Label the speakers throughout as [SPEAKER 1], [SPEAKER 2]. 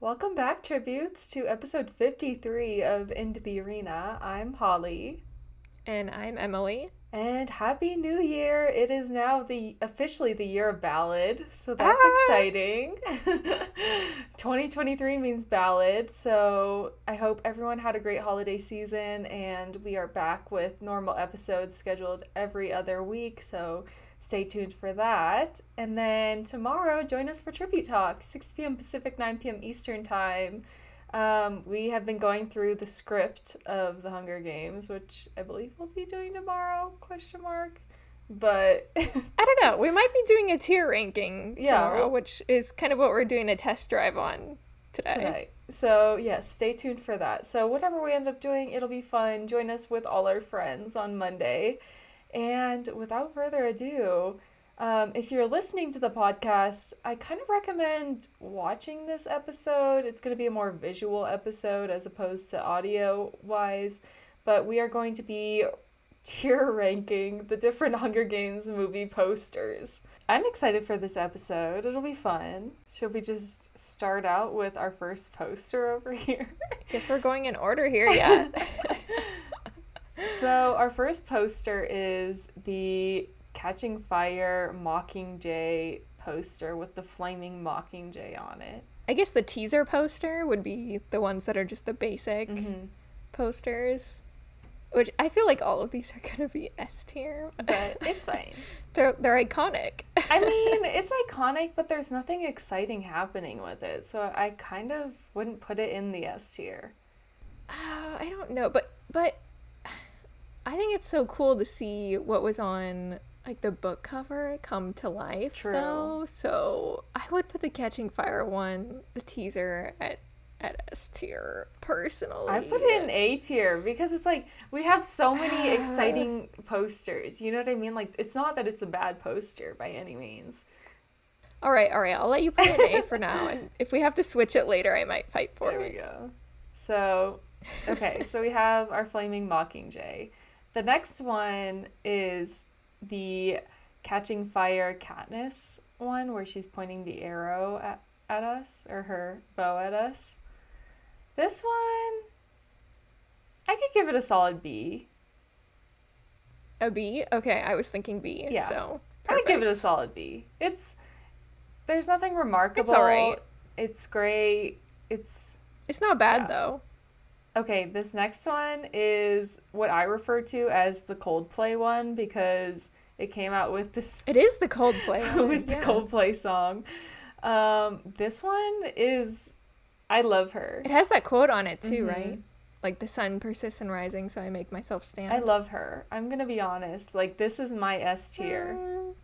[SPEAKER 1] Welcome back, tributes, to episode 53 of Into the Arena. I'm Holly,
[SPEAKER 2] And I'm Emily.
[SPEAKER 1] and Happy New Year! It is now the officially the year of ballad, so that's
[SPEAKER 2] Ah!
[SPEAKER 1] exciting. 2023 means ballad, so I hope everyone had a great holiday season, and we are back with normal episodes scheduled every other week, so stay tuned for that. And then tomorrow, join us for Tribute Talk, 6 p.m. Pacific, 9 p.m. Eastern Time. Um, we have been going through the script of the Hunger Games, which I believe we'll be doing tomorrow, question mark. But
[SPEAKER 2] I don't know. We might be doing a tier ranking
[SPEAKER 1] Yeah.
[SPEAKER 2] tomorrow, which is kind of what we're doing a test drive on today.
[SPEAKER 1] Right. So, yes, stay tuned for that. So, whatever we end up doing, it'll be fun. Join us with all our friends on Monday. And without further ado, um, if you're listening to the podcast, I kind of recommend watching this episode. It's going to be a more visual episode as opposed to audio wise, but we are going to be tier ranking the different Hunger Games movie posters. I'm excited for this episode. It'll be fun. Should we just start out with our first poster over here?
[SPEAKER 2] Guess we're going in order here, yeah.
[SPEAKER 1] so, our first poster is the Catching Fire Mockingjay poster with the flaming Mockingjay on it.
[SPEAKER 2] I guess the teaser poster would be the ones that are just the basic
[SPEAKER 1] Mhm.
[SPEAKER 2] posters, which I feel like all of these are going to be S tier.
[SPEAKER 1] But it's fine.
[SPEAKER 2] They're, they're iconic.
[SPEAKER 1] I mean, it's iconic, but there's nothing exciting happening with it. So, I kind of wouldn't put it in the S tier.
[SPEAKER 2] Oh, I don't know, but but I think it's so cool to see what was on like the book cover come to life
[SPEAKER 1] True.
[SPEAKER 2] though. So I would put the Catching Fire one, the teaser at at S tier personally.
[SPEAKER 1] I put it in A tier because it's like we have so many exciting posters. You know what I mean? Like it's not that it's a bad poster by any means.
[SPEAKER 2] All right, all right. I'll let you put it in A for now, and if we have to switch it later, I might fight for
[SPEAKER 1] There we
[SPEAKER 2] it.
[SPEAKER 1] go. So, okay, so we have our flaming mockingjay. The next one is the catching fire Katniss one, where she's pointing the arrow at, at us or her bow at us. This one, I could give it a solid B.
[SPEAKER 2] A B. Okay, I was thinking B.
[SPEAKER 1] Yeah.
[SPEAKER 2] So
[SPEAKER 1] I'd give it a solid B. It's there's nothing remarkable.
[SPEAKER 2] alright.
[SPEAKER 1] It's great. It's
[SPEAKER 2] It's not bad
[SPEAKER 1] Yeah.
[SPEAKER 2] though.
[SPEAKER 1] okay. This next one is what I refer to as the Coldplay one because it came out with this
[SPEAKER 2] It is the Coldplay. one,
[SPEAKER 1] with
[SPEAKER 2] Oh, yeah.
[SPEAKER 1] the Coldplay song. Um, this one is I love her.
[SPEAKER 2] It has that quote on it too,
[SPEAKER 1] Mhm.
[SPEAKER 2] right? Like the sun persists in rising, so I make myself stand.
[SPEAKER 1] I love her. I'm gonna be honest. Like this is my S tier.
[SPEAKER 2] Mm.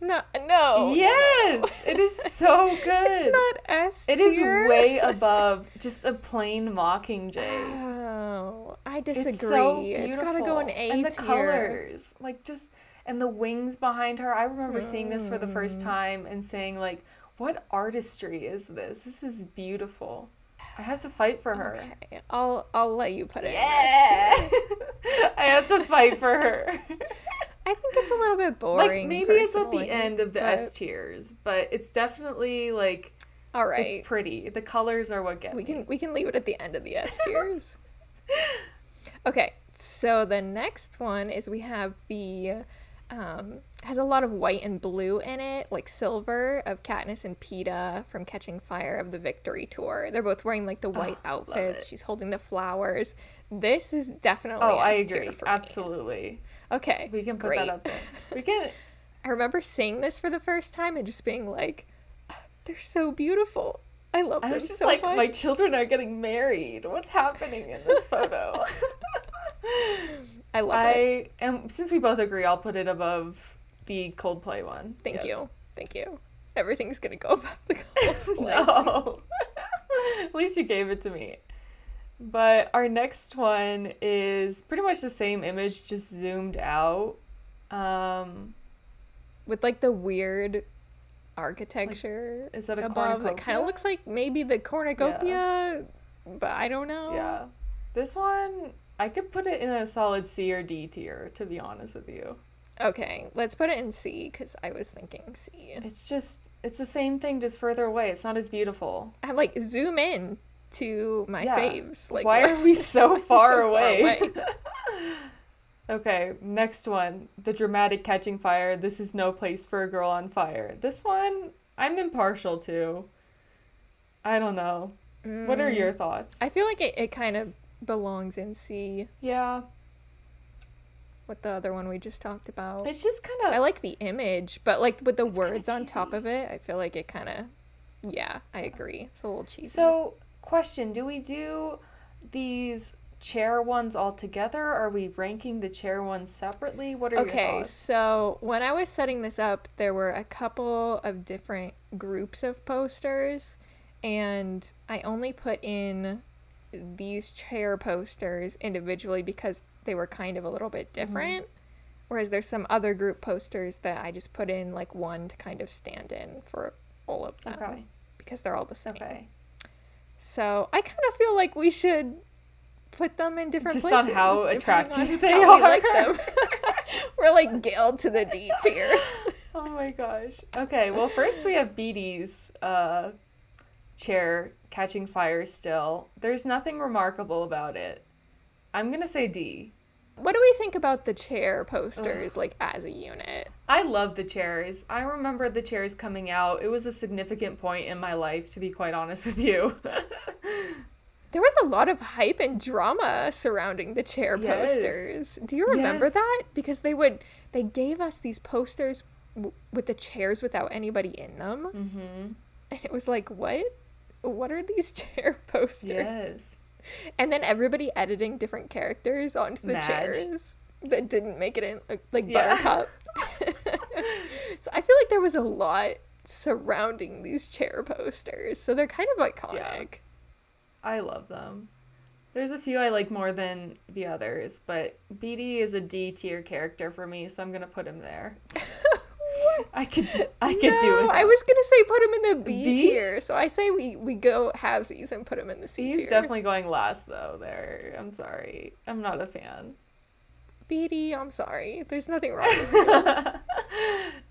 [SPEAKER 2] No, no.
[SPEAKER 1] yes, it is so good.
[SPEAKER 2] It's not S.
[SPEAKER 1] It is
[SPEAKER 2] tier.
[SPEAKER 1] way above just a plain mockingjay.
[SPEAKER 2] Oh, I disagree.
[SPEAKER 1] It's so beautiful.
[SPEAKER 2] it's gotta go in A
[SPEAKER 1] And the
[SPEAKER 2] tier.
[SPEAKER 1] colors, like just and the wings behind her. I remember seeing this for the first
[SPEAKER 2] Mm.
[SPEAKER 1] time and saying like, "What artistry is this? This is beautiful." I have to fight for her.
[SPEAKER 2] Okay, I'll I'll let you put it. in S tier.
[SPEAKER 1] Yeah, I have to fight for her.
[SPEAKER 2] I think it's a little bit boring.
[SPEAKER 1] like maybe it's at the
[SPEAKER 2] personally,
[SPEAKER 1] end of the
[SPEAKER 2] but-
[SPEAKER 1] S tiers, but it's definitely like
[SPEAKER 2] All right,
[SPEAKER 1] it's pretty. The colors are what get
[SPEAKER 2] we
[SPEAKER 1] me.
[SPEAKER 2] can we can leave it at the end of the S tiers. okay, so the next one is we have the um, has a lot of white and blue in it, like silver of Katniss and Peeta from Catching Fire of the Victory Tour. They're both wearing like the white
[SPEAKER 1] love
[SPEAKER 2] outfits.
[SPEAKER 1] it.
[SPEAKER 2] She's holding the flowers. This is definitely
[SPEAKER 1] Oh, I
[SPEAKER 2] S tier
[SPEAKER 1] agree.
[SPEAKER 2] for me.
[SPEAKER 1] Absolutely.
[SPEAKER 2] Okay,
[SPEAKER 1] We can put
[SPEAKER 2] great.
[SPEAKER 1] that up there. We can.
[SPEAKER 2] I remember seeing this for the first time and just being like, they're so beautiful. I love
[SPEAKER 1] I
[SPEAKER 2] them
[SPEAKER 1] was just
[SPEAKER 2] so
[SPEAKER 1] like,
[SPEAKER 2] much.
[SPEAKER 1] my children are getting married. What's happening in this photo?
[SPEAKER 2] I love it.
[SPEAKER 1] I am. Since we both agree, I'll put it above the Coldplay one.
[SPEAKER 2] Thank
[SPEAKER 1] Yes.
[SPEAKER 2] you. Thank you. Everything's gonna go above the Coldplay.
[SPEAKER 1] No. At least you gave it to me. But our next one is pretty much the same image, just zoomed out. Um,
[SPEAKER 2] With like the weird architecture
[SPEAKER 1] is that a
[SPEAKER 2] above that kind
[SPEAKER 1] cornucopia?
[SPEAKER 2] of looks like maybe the cornucopia, but I don't know.
[SPEAKER 1] Yeah. This one, I could put it in a solid C or D tier, to be honest with you.
[SPEAKER 2] Okay, let's put it in C because I was thinking C.
[SPEAKER 1] It's just it's the same thing, just further away. It's not as beautiful.
[SPEAKER 2] I like zoom in to my
[SPEAKER 1] Yeah.
[SPEAKER 2] faves. Like
[SPEAKER 1] Why are we so
[SPEAKER 2] so
[SPEAKER 1] far away? okay, next one. The dramatic catching fire. This is no place for a girl on fire. This one I'm impartial to. I don't know. What are
[SPEAKER 2] Mm.
[SPEAKER 1] your thoughts?
[SPEAKER 2] I feel like it, it kind of belongs in C
[SPEAKER 1] yeah,
[SPEAKER 2] with the other one we just talked about.
[SPEAKER 1] it's just kind of
[SPEAKER 2] I like the image, but like with the
[SPEAKER 1] It's kinda
[SPEAKER 2] words on top
[SPEAKER 1] cheesy.
[SPEAKER 2] of it, I feel like it kind of. Yeah, I agree. It's a little cheesy.
[SPEAKER 1] So, question Do we do these chair ones all together? Are we ranking the chair ones separately? What are your
[SPEAKER 2] Okay,
[SPEAKER 1] thoughts?
[SPEAKER 2] so when I was setting this up, there were a couple of different groups of posters, and I only put in these chair posters individually because they were kind of a little bit
[SPEAKER 1] Mm-hmm.
[SPEAKER 2] different. Whereas there's some other group posters that I just put in like one to kind of stand in for all of them
[SPEAKER 1] Okay.
[SPEAKER 2] because they're all the same.
[SPEAKER 1] Okay.
[SPEAKER 2] So I kind of feel like we should put them in different
[SPEAKER 1] Just
[SPEAKER 2] places.
[SPEAKER 1] on how
[SPEAKER 2] depending
[SPEAKER 1] attractive
[SPEAKER 2] on
[SPEAKER 1] they
[SPEAKER 2] how we like
[SPEAKER 1] are.
[SPEAKER 2] them. We're like Gail to the D tier.
[SPEAKER 1] Oh my gosh. Okay, well, first we have Beatty's uh, chair catching fire still. There's nothing remarkable about it. I'm going to say D.
[SPEAKER 2] What do we think about the chair posters, like as a unit?
[SPEAKER 1] I love the chairs. I remember the chairs coming out. It was a significant point in my life, to be quite honest with you.
[SPEAKER 2] There was a lot of hype and drama surrounding the chair
[SPEAKER 1] Yes.
[SPEAKER 2] posters. Do you remember
[SPEAKER 1] Yes.
[SPEAKER 2] that? Because they would, they gave us these posters w- with the chairs without anybody in them,
[SPEAKER 1] mm-hmm.
[SPEAKER 2] and it was like, what? What are these chair posters?
[SPEAKER 1] Yes.
[SPEAKER 2] And then everybody editing different characters onto the
[SPEAKER 1] Madge.
[SPEAKER 2] chairs that didn't make it in, like, like
[SPEAKER 1] Yeah.
[SPEAKER 2] Buttercup. so I feel like there was a lot surrounding these chair posters. So they're kind of iconic.
[SPEAKER 1] I love them. There's a few I like more than the others, but BD is a D tier character for me, so I'm gonna put him there. I could I could do
[SPEAKER 2] No,
[SPEAKER 1] it.
[SPEAKER 2] I was gonna say put him in the B,
[SPEAKER 1] B?
[SPEAKER 2] tier. So I say we we go halvesies and put him in the C
[SPEAKER 1] He's
[SPEAKER 2] tier.
[SPEAKER 1] definitely going last though. There, I'm sorry, I'm not a fan.
[SPEAKER 2] BD. I'm sorry. There's nothing wrong. with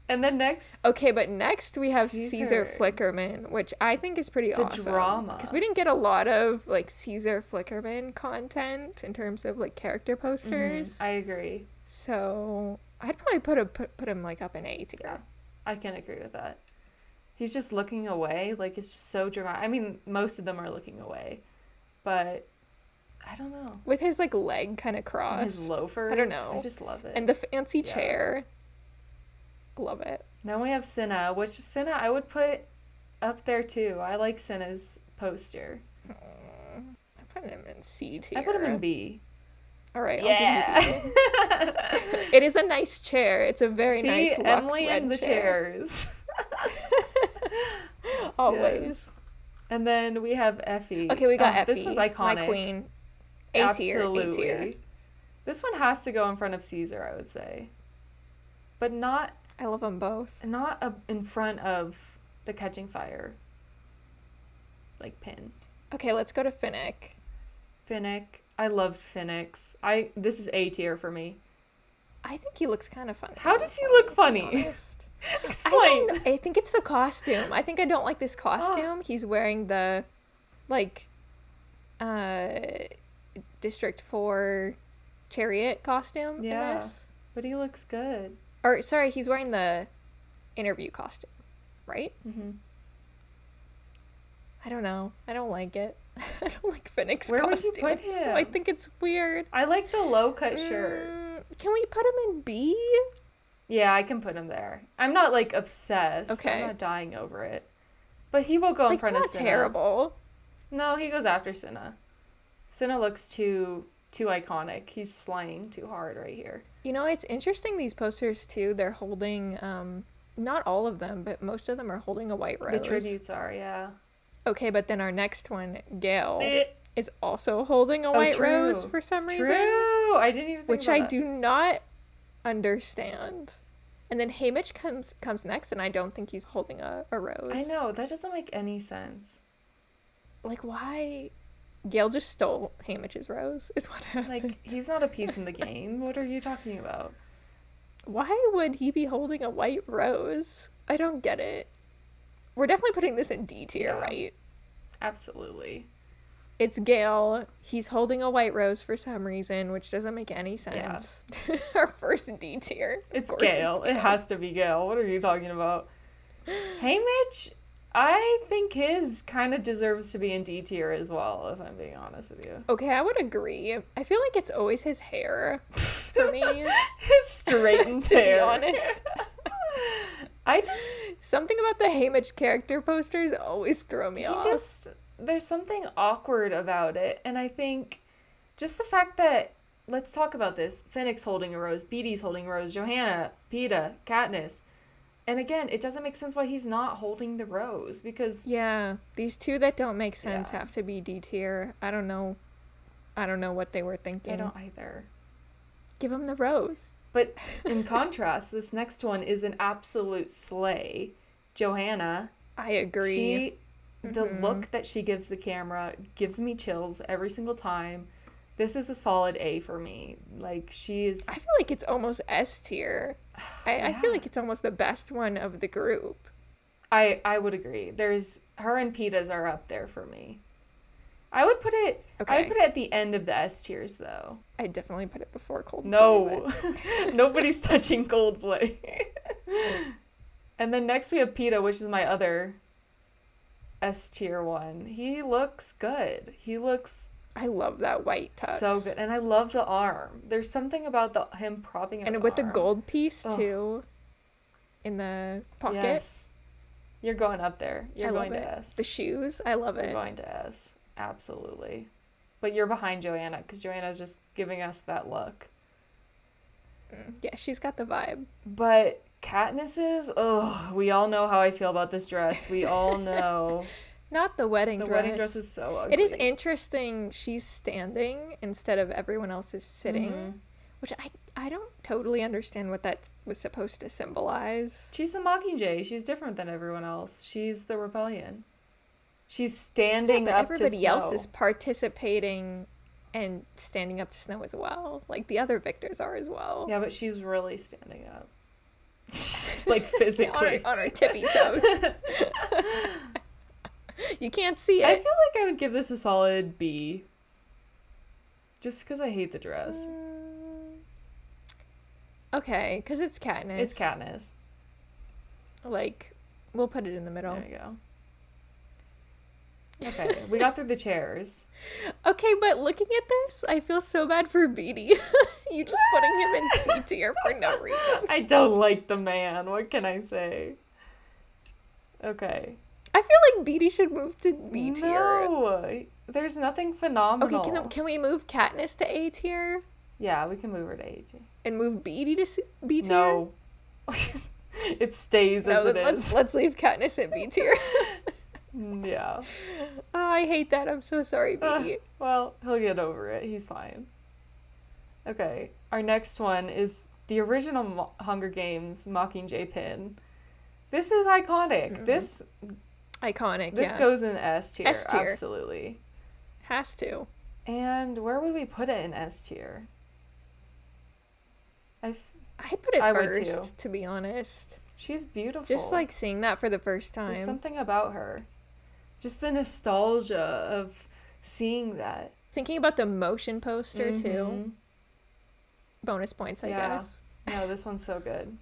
[SPEAKER 1] and then next,
[SPEAKER 2] Okay, but next we have Caesar,
[SPEAKER 1] Caesar.
[SPEAKER 2] Flickerman, which I think is pretty
[SPEAKER 1] The
[SPEAKER 2] awesome.
[SPEAKER 1] drama.
[SPEAKER 2] Because we didn't get a lot of like Caesar Flickerman content in terms of like character posters.
[SPEAKER 1] Mm-hmm. I agree.
[SPEAKER 2] So I'd probably put a put, put him like up in A tier.
[SPEAKER 1] Yeah, I can agree with that. He's just looking away, like it's just so dramatic. I mean, most of them are looking away, but I don't know.
[SPEAKER 2] With his like leg kind
[SPEAKER 1] And
[SPEAKER 2] of crossed.
[SPEAKER 1] His loafers.
[SPEAKER 2] know.
[SPEAKER 1] I just love it.
[SPEAKER 2] and the fancy
[SPEAKER 1] Yeah.
[SPEAKER 2] chair. Love it.
[SPEAKER 1] Then we have Cinna, which Cinna I would put up there too. I like Cinna's poster.
[SPEAKER 2] I put him in C tier.
[SPEAKER 1] I put him in B.
[SPEAKER 2] All right, I'll give you
[SPEAKER 1] Yeah.
[SPEAKER 2] B. It is a nice chair. It's a very
[SPEAKER 1] See,
[SPEAKER 2] nice luxe
[SPEAKER 1] Emily
[SPEAKER 2] red
[SPEAKER 1] and the
[SPEAKER 2] chair.
[SPEAKER 1] chairs.
[SPEAKER 2] Always.
[SPEAKER 1] And then we have Effie.
[SPEAKER 2] Okay, we got
[SPEAKER 1] Oh,
[SPEAKER 2] Effie.
[SPEAKER 1] This one's iconic.
[SPEAKER 2] My queen. A tier. A tier.
[SPEAKER 1] Absolutely. This one has to go in front of Caesar, I would say. But not
[SPEAKER 2] I love them both.
[SPEAKER 1] not up in front of the catching fire. Like pin.
[SPEAKER 2] Okay, let's go to Finnick.
[SPEAKER 1] Finnick. I love Finnick's. I this is A tier for me.
[SPEAKER 2] I think he looks kind of funny.
[SPEAKER 1] How
[SPEAKER 2] in
[SPEAKER 1] does
[SPEAKER 2] this
[SPEAKER 1] he
[SPEAKER 2] one,
[SPEAKER 1] look
[SPEAKER 2] if I'm
[SPEAKER 1] funny?
[SPEAKER 2] honest. I,
[SPEAKER 1] Explain.
[SPEAKER 2] don't, I think it's the costume. I think I don't like this costume. He's wearing the, like, uh, District 4 chariot costume
[SPEAKER 1] Yeah.
[SPEAKER 2] in this.
[SPEAKER 1] But he looks good.
[SPEAKER 2] Or, sorry, he's wearing the interview costume, right?
[SPEAKER 1] Mm-hmm.
[SPEAKER 2] I don't know. I don't like it. I don't like Finnick's
[SPEAKER 1] Where would you
[SPEAKER 2] costume.
[SPEAKER 1] put
[SPEAKER 2] So I
[SPEAKER 1] him?
[SPEAKER 2] think it's weird.
[SPEAKER 1] I like the low cut shirt.
[SPEAKER 2] Mm, Can we put him in B?
[SPEAKER 1] Yeah, I can put him there. I'm not like obsessed.
[SPEAKER 2] Okay.
[SPEAKER 1] I'm not dying over it. But he will go in
[SPEAKER 2] Like, it's
[SPEAKER 1] front of
[SPEAKER 2] not
[SPEAKER 1] Cinna.
[SPEAKER 2] terrible.
[SPEAKER 1] No, he goes after Cinna. Cinna looks too too iconic. He's slaying too hard right here.
[SPEAKER 2] You know, it's interesting these posters too. They're holding um not all of them, but most of them are holding a white rose.
[SPEAKER 1] The tributes are, yeah.
[SPEAKER 2] Okay, but then our next one, Gail,
[SPEAKER 1] Eh,
[SPEAKER 2] is also holding a white rose
[SPEAKER 1] Oh, true.
[SPEAKER 2] for some
[SPEAKER 1] True.
[SPEAKER 2] reason,
[SPEAKER 1] I didn't even think
[SPEAKER 2] which
[SPEAKER 1] about
[SPEAKER 2] I
[SPEAKER 1] that.
[SPEAKER 2] do not understand. And then Hamish comes comes next, and I don't think he's holding a, a rose.
[SPEAKER 1] I know, that doesn't make any sense.
[SPEAKER 2] Like why? Gail just stole Hamish's rose. Is what happened.
[SPEAKER 1] Like he's not a piece in the game. What are you talking about?
[SPEAKER 2] Why would he be holding a white rose? I don't get it. We're definitely putting this in D tier,
[SPEAKER 1] Yeah.
[SPEAKER 2] right?
[SPEAKER 1] Absolutely.
[SPEAKER 2] It's Gail. He's holding a white rose for some reason, which doesn't make any
[SPEAKER 1] Yeah.
[SPEAKER 2] sense. Our first D tier. Of
[SPEAKER 1] It's
[SPEAKER 2] course
[SPEAKER 1] Gail. It has to be Gail. What are you talking about? Hey, Mitch. I think his kind of deserves to be in D tier as well, if I'm being honest with you.
[SPEAKER 2] Okay, I would agree. I feel like it's always his hair for me.
[SPEAKER 1] His straightened
[SPEAKER 2] to be
[SPEAKER 1] hair.
[SPEAKER 2] honest,
[SPEAKER 1] I just,
[SPEAKER 2] something about the Haymitch character posters always throw me
[SPEAKER 1] he
[SPEAKER 2] off.
[SPEAKER 1] just, there's something awkward about it. And I think just the fact that, let's talk about this Phoenix holding a rose, Beatty's holding a rose, Johanna, PETA, Katniss. And again, it doesn't make sense why he's not holding the rose because
[SPEAKER 2] Yeah, these two that don't make sense
[SPEAKER 1] Yeah.
[SPEAKER 2] have to be D tier. I don't know. I don't know what they were thinking.
[SPEAKER 1] I don't either.
[SPEAKER 2] Give him the rose.
[SPEAKER 1] But in contrast, this next one is an absolute slay. Johanna,
[SPEAKER 2] I agree.
[SPEAKER 1] she, the
[SPEAKER 2] Mm-hmm.
[SPEAKER 1] look that she gives the camera gives me chills every single time. This is a solid A for me. Like she is,
[SPEAKER 2] I feel like it's almost S tier. I, I feel
[SPEAKER 1] Yeah.
[SPEAKER 2] like it's almost the best one of the group.
[SPEAKER 1] I I would agree. There's her and Peta's are up there for me. I would put it. I
[SPEAKER 2] Okay.
[SPEAKER 1] would put it at the end of the S tiers though.
[SPEAKER 2] I definitely put it before Cold. Brew,
[SPEAKER 1] No, nobody's touching Coldplay. and then next we have PETA, which is my other S tier one. He looks good. He looks
[SPEAKER 2] but I love that white tux.
[SPEAKER 1] so good, and I love the arm. There's something about the him propping up
[SPEAKER 2] And with the
[SPEAKER 1] arm.
[SPEAKER 2] gold piece
[SPEAKER 1] Ugh.
[SPEAKER 2] too, in the pocket.
[SPEAKER 1] Yes, you're going up there. You're
[SPEAKER 2] I love
[SPEAKER 1] going to
[SPEAKER 2] it.
[SPEAKER 1] S.
[SPEAKER 2] The shoes, I love
[SPEAKER 1] You're
[SPEAKER 2] it.
[SPEAKER 1] going to S. Absolutely. But you're behind Joanna because Joanna's just giving us that look.
[SPEAKER 2] Yeah, she's got the vibe.
[SPEAKER 1] But Katniss's, oh, we all know how I feel about this dress. We all know
[SPEAKER 2] Not the wedding
[SPEAKER 1] the
[SPEAKER 2] dress.
[SPEAKER 1] wedding dress is so ugly.
[SPEAKER 2] It is interesting she's standing instead of everyone else is sitting,
[SPEAKER 1] Mhm.
[SPEAKER 2] which I I don't totally understand what that was supposed to symbolize.
[SPEAKER 1] She's the Mockingjay. She's different than everyone else. She's the rebellion. She's standing
[SPEAKER 2] but
[SPEAKER 1] up to
[SPEAKER 2] everybody else
[SPEAKER 1] snow.
[SPEAKER 2] is participating and standing up to snow as well. Like the other victors are as well.
[SPEAKER 1] Yeah, but she's really standing up. like physically.
[SPEAKER 2] on, her, on her tippy toes. you can't see
[SPEAKER 1] I
[SPEAKER 2] it.
[SPEAKER 1] feel like I would give this a solid B. Just because I hate the dress.
[SPEAKER 2] Mm. Okay, because it's Katniss.
[SPEAKER 1] It's Katniss.
[SPEAKER 2] Like, we'll put it in the middle.
[SPEAKER 1] There you go. Okay, we got through the chairs.
[SPEAKER 2] Okay, but looking at this, I feel so bad for Beatty. you just putting him in C tier for no reason.
[SPEAKER 1] I don't like the man. What can I say? Okay.
[SPEAKER 2] I feel like Beatty should move to B tier.
[SPEAKER 1] No, there's nothing
[SPEAKER 2] E Okay,
[SPEAKER 1] phenomenal.
[SPEAKER 2] can, can we move Katniss to A tier
[SPEAKER 1] Yeah, we can move her to AG.
[SPEAKER 2] and move Beatty to C- B tier?
[SPEAKER 1] No. it stays
[SPEAKER 2] E No,
[SPEAKER 1] as it
[SPEAKER 2] then let's
[SPEAKER 1] is. Mm,
[SPEAKER 2] let's leave Katniss at B tier.
[SPEAKER 1] Yeah.
[SPEAKER 2] oh, I hate that. I'm so sorry, Beatty.
[SPEAKER 1] Well, he'll get over it. He's fine. Okay, our next one is the original Mo- Hunger Games Mockingjay pin. This is iconic. This
[SPEAKER 2] Iconic.
[SPEAKER 1] this
[SPEAKER 2] Mm-hmm. yeah,
[SPEAKER 1] goes in S tier,
[SPEAKER 2] S tier.
[SPEAKER 1] absolutely.
[SPEAKER 2] has to.
[SPEAKER 1] And where would we put it in S tier? I f-
[SPEAKER 2] I'd put it
[SPEAKER 1] I would
[SPEAKER 2] first,
[SPEAKER 1] too.
[SPEAKER 2] to be honest.
[SPEAKER 1] she's beautiful.
[SPEAKER 2] Just like seeing that for the first
[SPEAKER 1] there's
[SPEAKER 2] time,
[SPEAKER 1] something about her, just the nostalgia of seeing that.
[SPEAKER 2] thinking about the motion poster too.
[SPEAKER 1] Mhm.
[SPEAKER 2] Bonus points, I
[SPEAKER 1] Yeah.
[SPEAKER 2] guess.
[SPEAKER 1] No, Mm-hmm. Oh, this one's so good.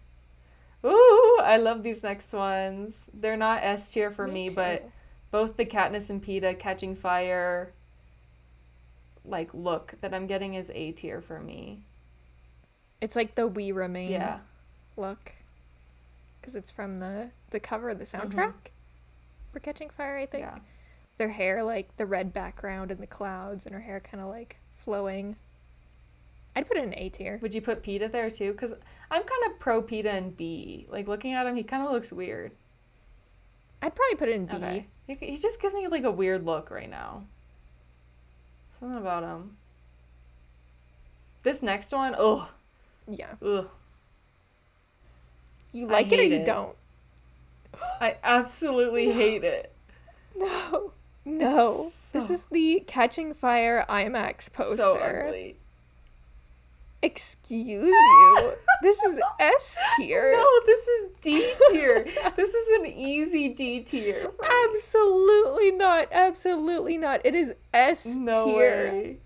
[SPEAKER 1] Ooh, I love these next ones. They're not S tier for me, but
[SPEAKER 2] too.
[SPEAKER 1] both the Katniss and Peeta catching fire like look that I'm getting is A tier for me.
[SPEAKER 2] it's like the we remain
[SPEAKER 1] Yeah.
[SPEAKER 2] look because it's from the the cover of the soundtrack for catching fire i think
[SPEAKER 1] Mm-hmm. Yeah.
[SPEAKER 2] their hair like the red background and the clouds and her hair kind of like flowing i'd put it in a tier
[SPEAKER 1] Would you put PETA there too? Because I'm kind of pro PETA and B. Like looking at him, he kind of looks weird.
[SPEAKER 2] i'd probably put it in b
[SPEAKER 1] Okay. He, he just gives me like a weird look right now. Something about him. This next one, ugh,
[SPEAKER 2] yeah
[SPEAKER 1] ugh.
[SPEAKER 2] you
[SPEAKER 1] I
[SPEAKER 2] like it or
[SPEAKER 1] hate
[SPEAKER 2] you
[SPEAKER 1] it.
[SPEAKER 2] don't
[SPEAKER 1] I absolutely hate it.
[SPEAKER 2] no no
[SPEAKER 1] It's
[SPEAKER 2] this
[SPEAKER 1] so-
[SPEAKER 2] is the catching fire imax poster
[SPEAKER 1] So ugly.
[SPEAKER 2] Excuse you. This is S tier.
[SPEAKER 1] No, this is D tier. this is an easy D tier.
[SPEAKER 2] Absolutely not. Absolutely not. It is S
[SPEAKER 1] No
[SPEAKER 2] tier.
[SPEAKER 1] way.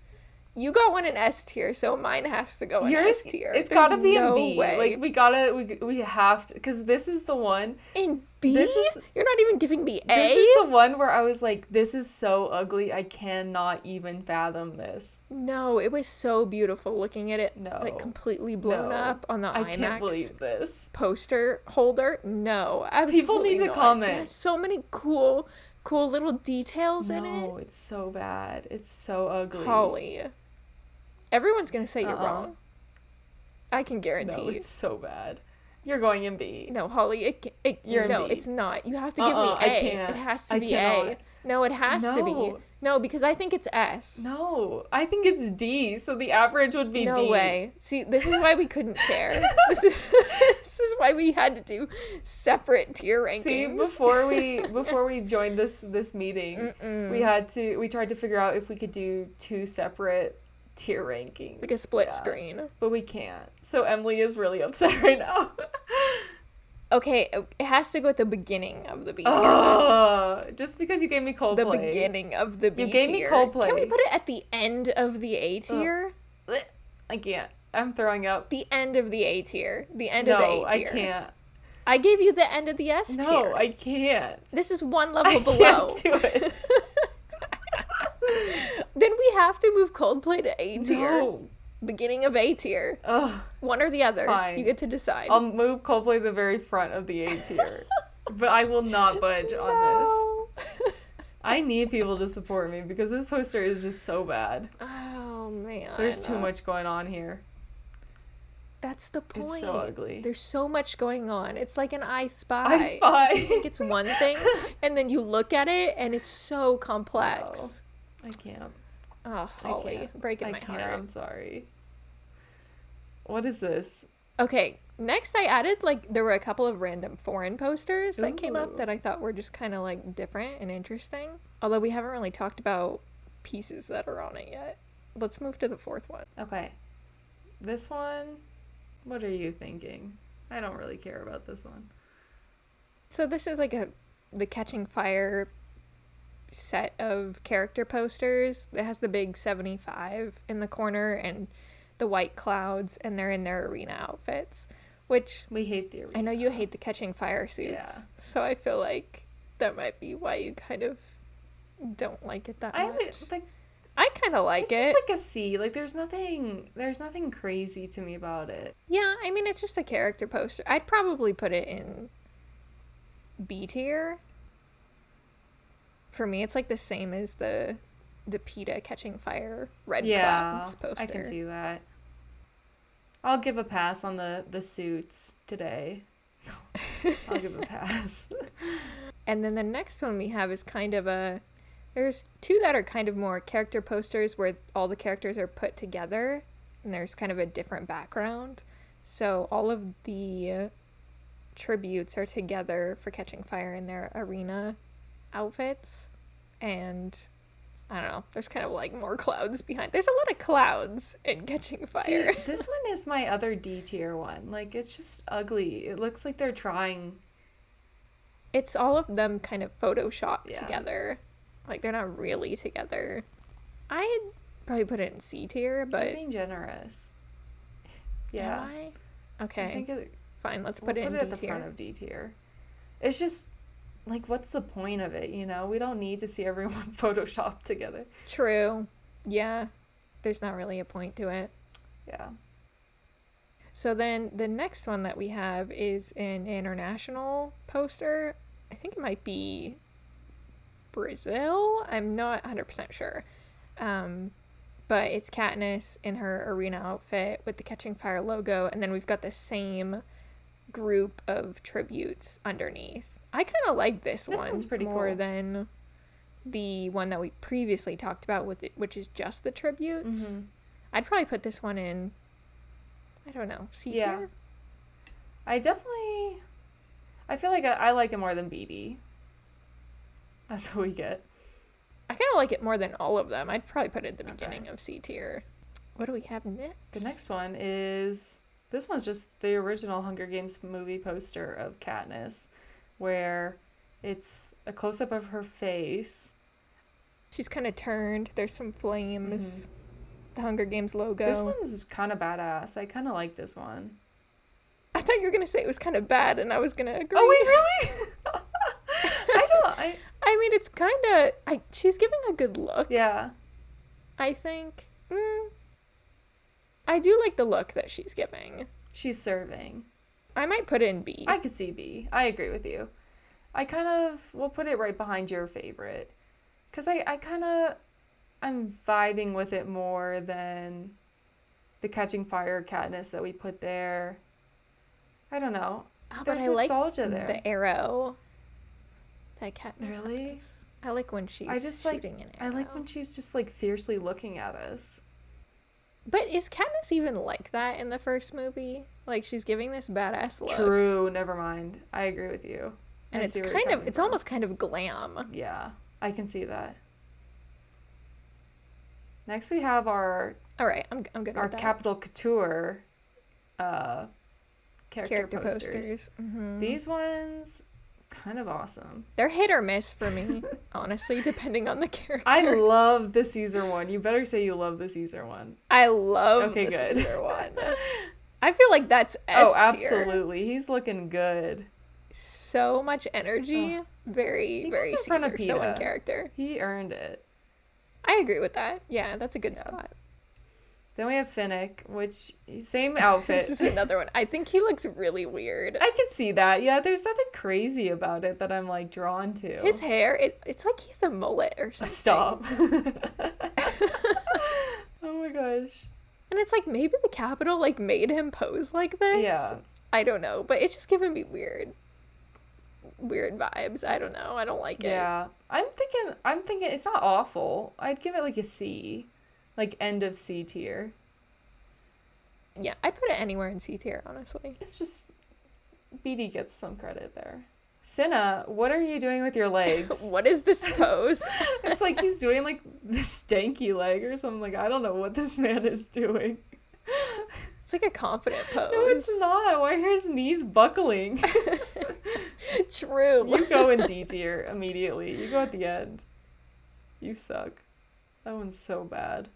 [SPEAKER 2] You got one in S tier, so mine has to go in
[SPEAKER 1] Yours,
[SPEAKER 2] S tier.
[SPEAKER 1] it's
[SPEAKER 2] There's
[SPEAKER 1] gotta be
[SPEAKER 2] no
[SPEAKER 1] in B.
[SPEAKER 2] Way.
[SPEAKER 1] Like we gotta, we, we have to, because this is the one.
[SPEAKER 2] in B?
[SPEAKER 1] this is-
[SPEAKER 2] You're not even giving me
[SPEAKER 1] This
[SPEAKER 2] A?
[SPEAKER 1] is the one where I was like, this is so ugly. I cannot even fathom this.
[SPEAKER 2] No, it was so beautiful looking at it.
[SPEAKER 1] No.
[SPEAKER 2] Like completely blown
[SPEAKER 1] No.
[SPEAKER 2] up on the
[SPEAKER 1] I
[SPEAKER 2] IMAX
[SPEAKER 1] can't believe this.
[SPEAKER 2] poster holder. No, absolutely.
[SPEAKER 1] People need to
[SPEAKER 2] not.
[SPEAKER 1] comment.
[SPEAKER 2] It has so many cool, cool little details in it.
[SPEAKER 1] No, it's so bad. It's so ugly.
[SPEAKER 2] Holly, everyone's gonna say you're
[SPEAKER 1] Uh-uh.
[SPEAKER 2] wrong. I can guarantee
[SPEAKER 1] No,
[SPEAKER 2] you.
[SPEAKER 1] it's so bad. You're going in B.
[SPEAKER 2] No, Holly, it, ca- it
[SPEAKER 1] You're in
[SPEAKER 2] no,
[SPEAKER 1] B.
[SPEAKER 2] it's not. You have to give me
[SPEAKER 1] Uh-uh,
[SPEAKER 2] A.
[SPEAKER 1] I can't.
[SPEAKER 2] It has to
[SPEAKER 1] I
[SPEAKER 2] be A.
[SPEAKER 1] cannot.
[SPEAKER 2] No, it has to be.
[SPEAKER 1] No.
[SPEAKER 2] No, because I think it's S.
[SPEAKER 1] No, I think it's D, so the average would be
[SPEAKER 2] No,
[SPEAKER 1] B.
[SPEAKER 2] way. See, this is why we couldn't share. this is this is why we had to do separate tier rankings.
[SPEAKER 1] See, before we before we joined this this meeting, we had to we tried to figure out if we could do two separate tier rankings.
[SPEAKER 2] like a split
[SPEAKER 1] Yeah.
[SPEAKER 2] screen.
[SPEAKER 1] But we can't. So Emily is really upset right now.
[SPEAKER 2] Okay, it has to go at the beginning of the B tier.
[SPEAKER 1] Oh, Ugh, Oh, just because you gave me Coldplay.
[SPEAKER 2] the beginning of the B
[SPEAKER 1] You gave me Uh.
[SPEAKER 2] tier.
[SPEAKER 1] Coldplay.
[SPEAKER 2] Can we put it at the end of the A tier?
[SPEAKER 1] Blech. I can't. I'm throwing up.
[SPEAKER 2] The end of the A tier. The end of
[SPEAKER 1] No,
[SPEAKER 2] the A
[SPEAKER 1] I
[SPEAKER 2] tier.
[SPEAKER 1] can't.
[SPEAKER 2] I gave you the end of the S tier.
[SPEAKER 1] No, I can't.
[SPEAKER 2] This is one level
[SPEAKER 1] I
[SPEAKER 2] below.
[SPEAKER 1] can't do it.
[SPEAKER 2] then we have to move Coldplay to A tier.
[SPEAKER 1] No.
[SPEAKER 2] Beginning of A tier.
[SPEAKER 1] Ugh.
[SPEAKER 2] One or the other.
[SPEAKER 1] Fine.
[SPEAKER 2] You get to decide.
[SPEAKER 1] I'll move Coldplay to the very front of the A tier. but I will not budge on this.
[SPEAKER 2] No.
[SPEAKER 1] I need people to support me because this poster is just so bad.
[SPEAKER 2] oh man.
[SPEAKER 1] There's too much going on here.
[SPEAKER 2] That's the point.
[SPEAKER 1] It's so ugly.
[SPEAKER 2] There's so much going on. It's like an I spy.
[SPEAKER 1] I
[SPEAKER 2] It's
[SPEAKER 1] spy.
[SPEAKER 2] like you think it's one thing, and then you look at it, and it's so complex.
[SPEAKER 1] I can't.
[SPEAKER 2] Oh, Holly,
[SPEAKER 1] can't.
[SPEAKER 2] breaking
[SPEAKER 1] I
[SPEAKER 2] my
[SPEAKER 1] can't.
[SPEAKER 2] heart.
[SPEAKER 1] I'm sorry. What is this?
[SPEAKER 2] Okay, next I added like there were a couple of random foreign posters that came up
[SPEAKER 1] Ooh.
[SPEAKER 2] that I thought were just kind of like different and interesting. Although we haven't really talked about pieces that are on it yet. Let's move to the fourth one.
[SPEAKER 1] Okay. This one? What are you thinking? I don't really care about this one.
[SPEAKER 2] So this is like a the Catching Fire set of character posters. It has the big 75 in the corner and the white clouds and they're in their arena outfits, which
[SPEAKER 1] We hate the arena.
[SPEAKER 2] I know you hate the Catching Fire suits.
[SPEAKER 1] Yeah.
[SPEAKER 2] So I feel like that might be why you kind of don't like it that
[SPEAKER 1] I
[SPEAKER 2] much.
[SPEAKER 1] would, like
[SPEAKER 2] I kind of like
[SPEAKER 1] it's
[SPEAKER 2] it.
[SPEAKER 1] just like a C. Like there's nothing there's nothing crazy to me about it.
[SPEAKER 2] yeah, I mean it's just a character poster. I'd probably put it in B tier. For me, it's like the same as the the PETA catching fire red
[SPEAKER 1] yeah.
[SPEAKER 2] clouds poster.
[SPEAKER 1] I can see that. I'll give a pass on the the suits today. I'll give a pass.
[SPEAKER 2] And then the next one we have is kind of a there's two that are kind of more character posters where all the characters are put together and there's kind of a different background. So all of the tributes are together for catching fire in their arena outfits and I don't know. There's kind of like more clouds behind. There's a lot of clouds in catching fire.
[SPEAKER 1] See, this one is my other D tier one. Like it's just ugly. It looks like they're trying.
[SPEAKER 2] it's all of them kind of photoshopped
[SPEAKER 1] Yeah.
[SPEAKER 2] together. Like they're not really together. I'd probably put it in C tier, but
[SPEAKER 1] being generous.
[SPEAKER 2] yeah.
[SPEAKER 1] Yeah. I
[SPEAKER 2] Okay,
[SPEAKER 1] think it,
[SPEAKER 2] fine. Let's
[SPEAKER 1] we'll
[SPEAKER 2] put it in
[SPEAKER 1] at
[SPEAKER 2] D
[SPEAKER 1] the front
[SPEAKER 2] tier.
[SPEAKER 1] of D tier. It's just like what's the point of it, you know? We don't need to see everyone photoshopped together.
[SPEAKER 2] True. Yeah. There's not really a point to it.
[SPEAKER 1] Yeah.
[SPEAKER 2] So then the next one that we have is an international poster. I think it might be Brazil. I'm not 100% sure. Um, but it's Katniss in her arena outfit with the Catching Fire logo, and then we've got the same group of tributes underneath. I kind of like this,
[SPEAKER 1] This
[SPEAKER 2] one
[SPEAKER 1] one's pretty
[SPEAKER 2] more
[SPEAKER 1] cool.
[SPEAKER 2] than the one that we previously talked about with it, which is just the tributes.
[SPEAKER 1] Mhm.
[SPEAKER 2] I'd probably put this one in. I don't know. C tier.
[SPEAKER 1] Yeah. I definitely I feel like I, I like it more than BD. That's what we get.
[SPEAKER 2] I kind of like it more than all of them. I'd probably put it at the
[SPEAKER 1] Okay.
[SPEAKER 2] beginning of C tier. What do we have next?
[SPEAKER 1] The next one is this one's just the original Hunger Games movie poster of Katniss, where it's a close up of her face.
[SPEAKER 2] She's kind of turned. There's some flames. The Hunger Games logo.
[SPEAKER 1] Mm-hmm. This one's kind of badass. I kind of like this one.
[SPEAKER 2] I thought you were gonna say it was kind of bad, and I was gonna agree.
[SPEAKER 1] Oh wait, really? I don't. I
[SPEAKER 2] I mean, it's kind of. I she's giving a good look.
[SPEAKER 1] yeah.
[SPEAKER 2] I think. Mm, I do like the look that she's giving.
[SPEAKER 1] She's serving.
[SPEAKER 2] I might put it in B.
[SPEAKER 1] I could see B. I agree with you. I kind of will put it right behind your favorite. Cause I, I kinda I'm vibing with it more than the catching fire Katniss that we put there. I don't know.
[SPEAKER 2] Oh, but
[SPEAKER 1] There's
[SPEAKER 2] I like
[SPEAKER 1] nostalgia there.
[SPEAKER 2] the arrow. That cat.
[SPEAKER 1] Really?
[SPEAKER 2] I like when she's
[SPEAKER 1] I just like
[SPEAKER 2] shooting an
[SPEAKER 1] I
[SPEAKER 2] arrow.
[SPEAKER 1] like when she's just like fiercely looking at us.
[SPEAKER 2] But is Katniss even like that in the first movie? Like she's giving this badass look,
[SPEAKER 1] True, never mind. I agree with you.
[SPEAKER 2] and
[SPEAKER 1] I
[SPEAKER 2] it's
[SPEAKER 1] see where you're
[SPEAKER 2] kind of
[SPEAKER 1] coming
[SPEAKER 2] it's
[SPEAKER 1] from.
[SPEAKER 2] almost kind of glam.
[SPEAKER 1] Yeah, I can see that. Next we have our
[SPEAKER 2] All right, I'm I'm good
[SPEAKER 1] our
[SPEAKER 2] with that.
[SPEAKER 1] capital couture uh character,
[SPEAKER 2] character
[SPEAKER 1] posters.
[SPEAKER 2] posters. Mhm.
[SPEAKER 1] These ones kind of awesome.
[SPEAKER 2] They're hit or miss for me, honestly, depending on the character.
[SPEAKER 1] I love the Caesar one. You better say you love the Caesar one.
[SPEAKER 2] I love
[SPEAKER 1] Okay,
[SPEAKER 2] the
[SPEAKER 1] good.
[SPEAKER 2] Caesar one. I feel like that's S
[SPEAKER 1] oh,
[SPEAKER 2] tier.
[SPEAKER 1] absolutely. He's looking good.
[SPEAKER 2] So much energy, very
[SPEAKER 1] Oh. He
[SPEAKER 2] very
[SPEAKER 1] goes in front of
[SPEAKER 2] Caesar, so in
[SPEAKER 1] PETA.
[SPEAKER 2] character.
[SPEAKER 1] He earned it.
[SPEAKER 2] I agree with that. Yeah, that's a good
[SPEAKER 1] Yeah.
[SPEAKER 2] spot.
[SPEAKER 1] Then we have Finnick, which same outfit.
[SPEAKER 2] This is another one. I think he looks really weird.
[SPEAKER 1] I can see that. Yeah, there's nothing crazy about it that I'm like drawn to.
[SPEAKER 2] His hair, it, it's like he has a mullet or something.
[SPEAKER 1] Stop. oh my gosh.
[SPEAKER 2] And it's like maybe the Capitol like made him pose like this.
[SPEAKER 1] Yeah.
[SPEAKER 2] I don't know, but it's just giving me weird, weird vibes. I don't know. I don't like it.
[SPEAKER 1] Yeah, I'm thinking. I'm thinking it's not awful. I'd give it like a C, like end of C tier.
[SPEAKER 2] Yeah, I'd put it anywhere in C tier, honestly.
[SPEAKER 1] It's just BD gets some credit there. Cinna, what are you doing with your legs?
[SPEAKER 2] What is this pose?
[SPEAKER 1] it's like he's doing like this stanky leg or something. Like I don't know what this man is doing.
[SPEAKER 2] it's like a confident pose.
[SPEAKER 1] No, it's not. Why are his knees buckling?
[SPEAKER 2] True.
[SPEAKER 1] You go in D tier immediately. You go at the end. You suck. That one's so bad.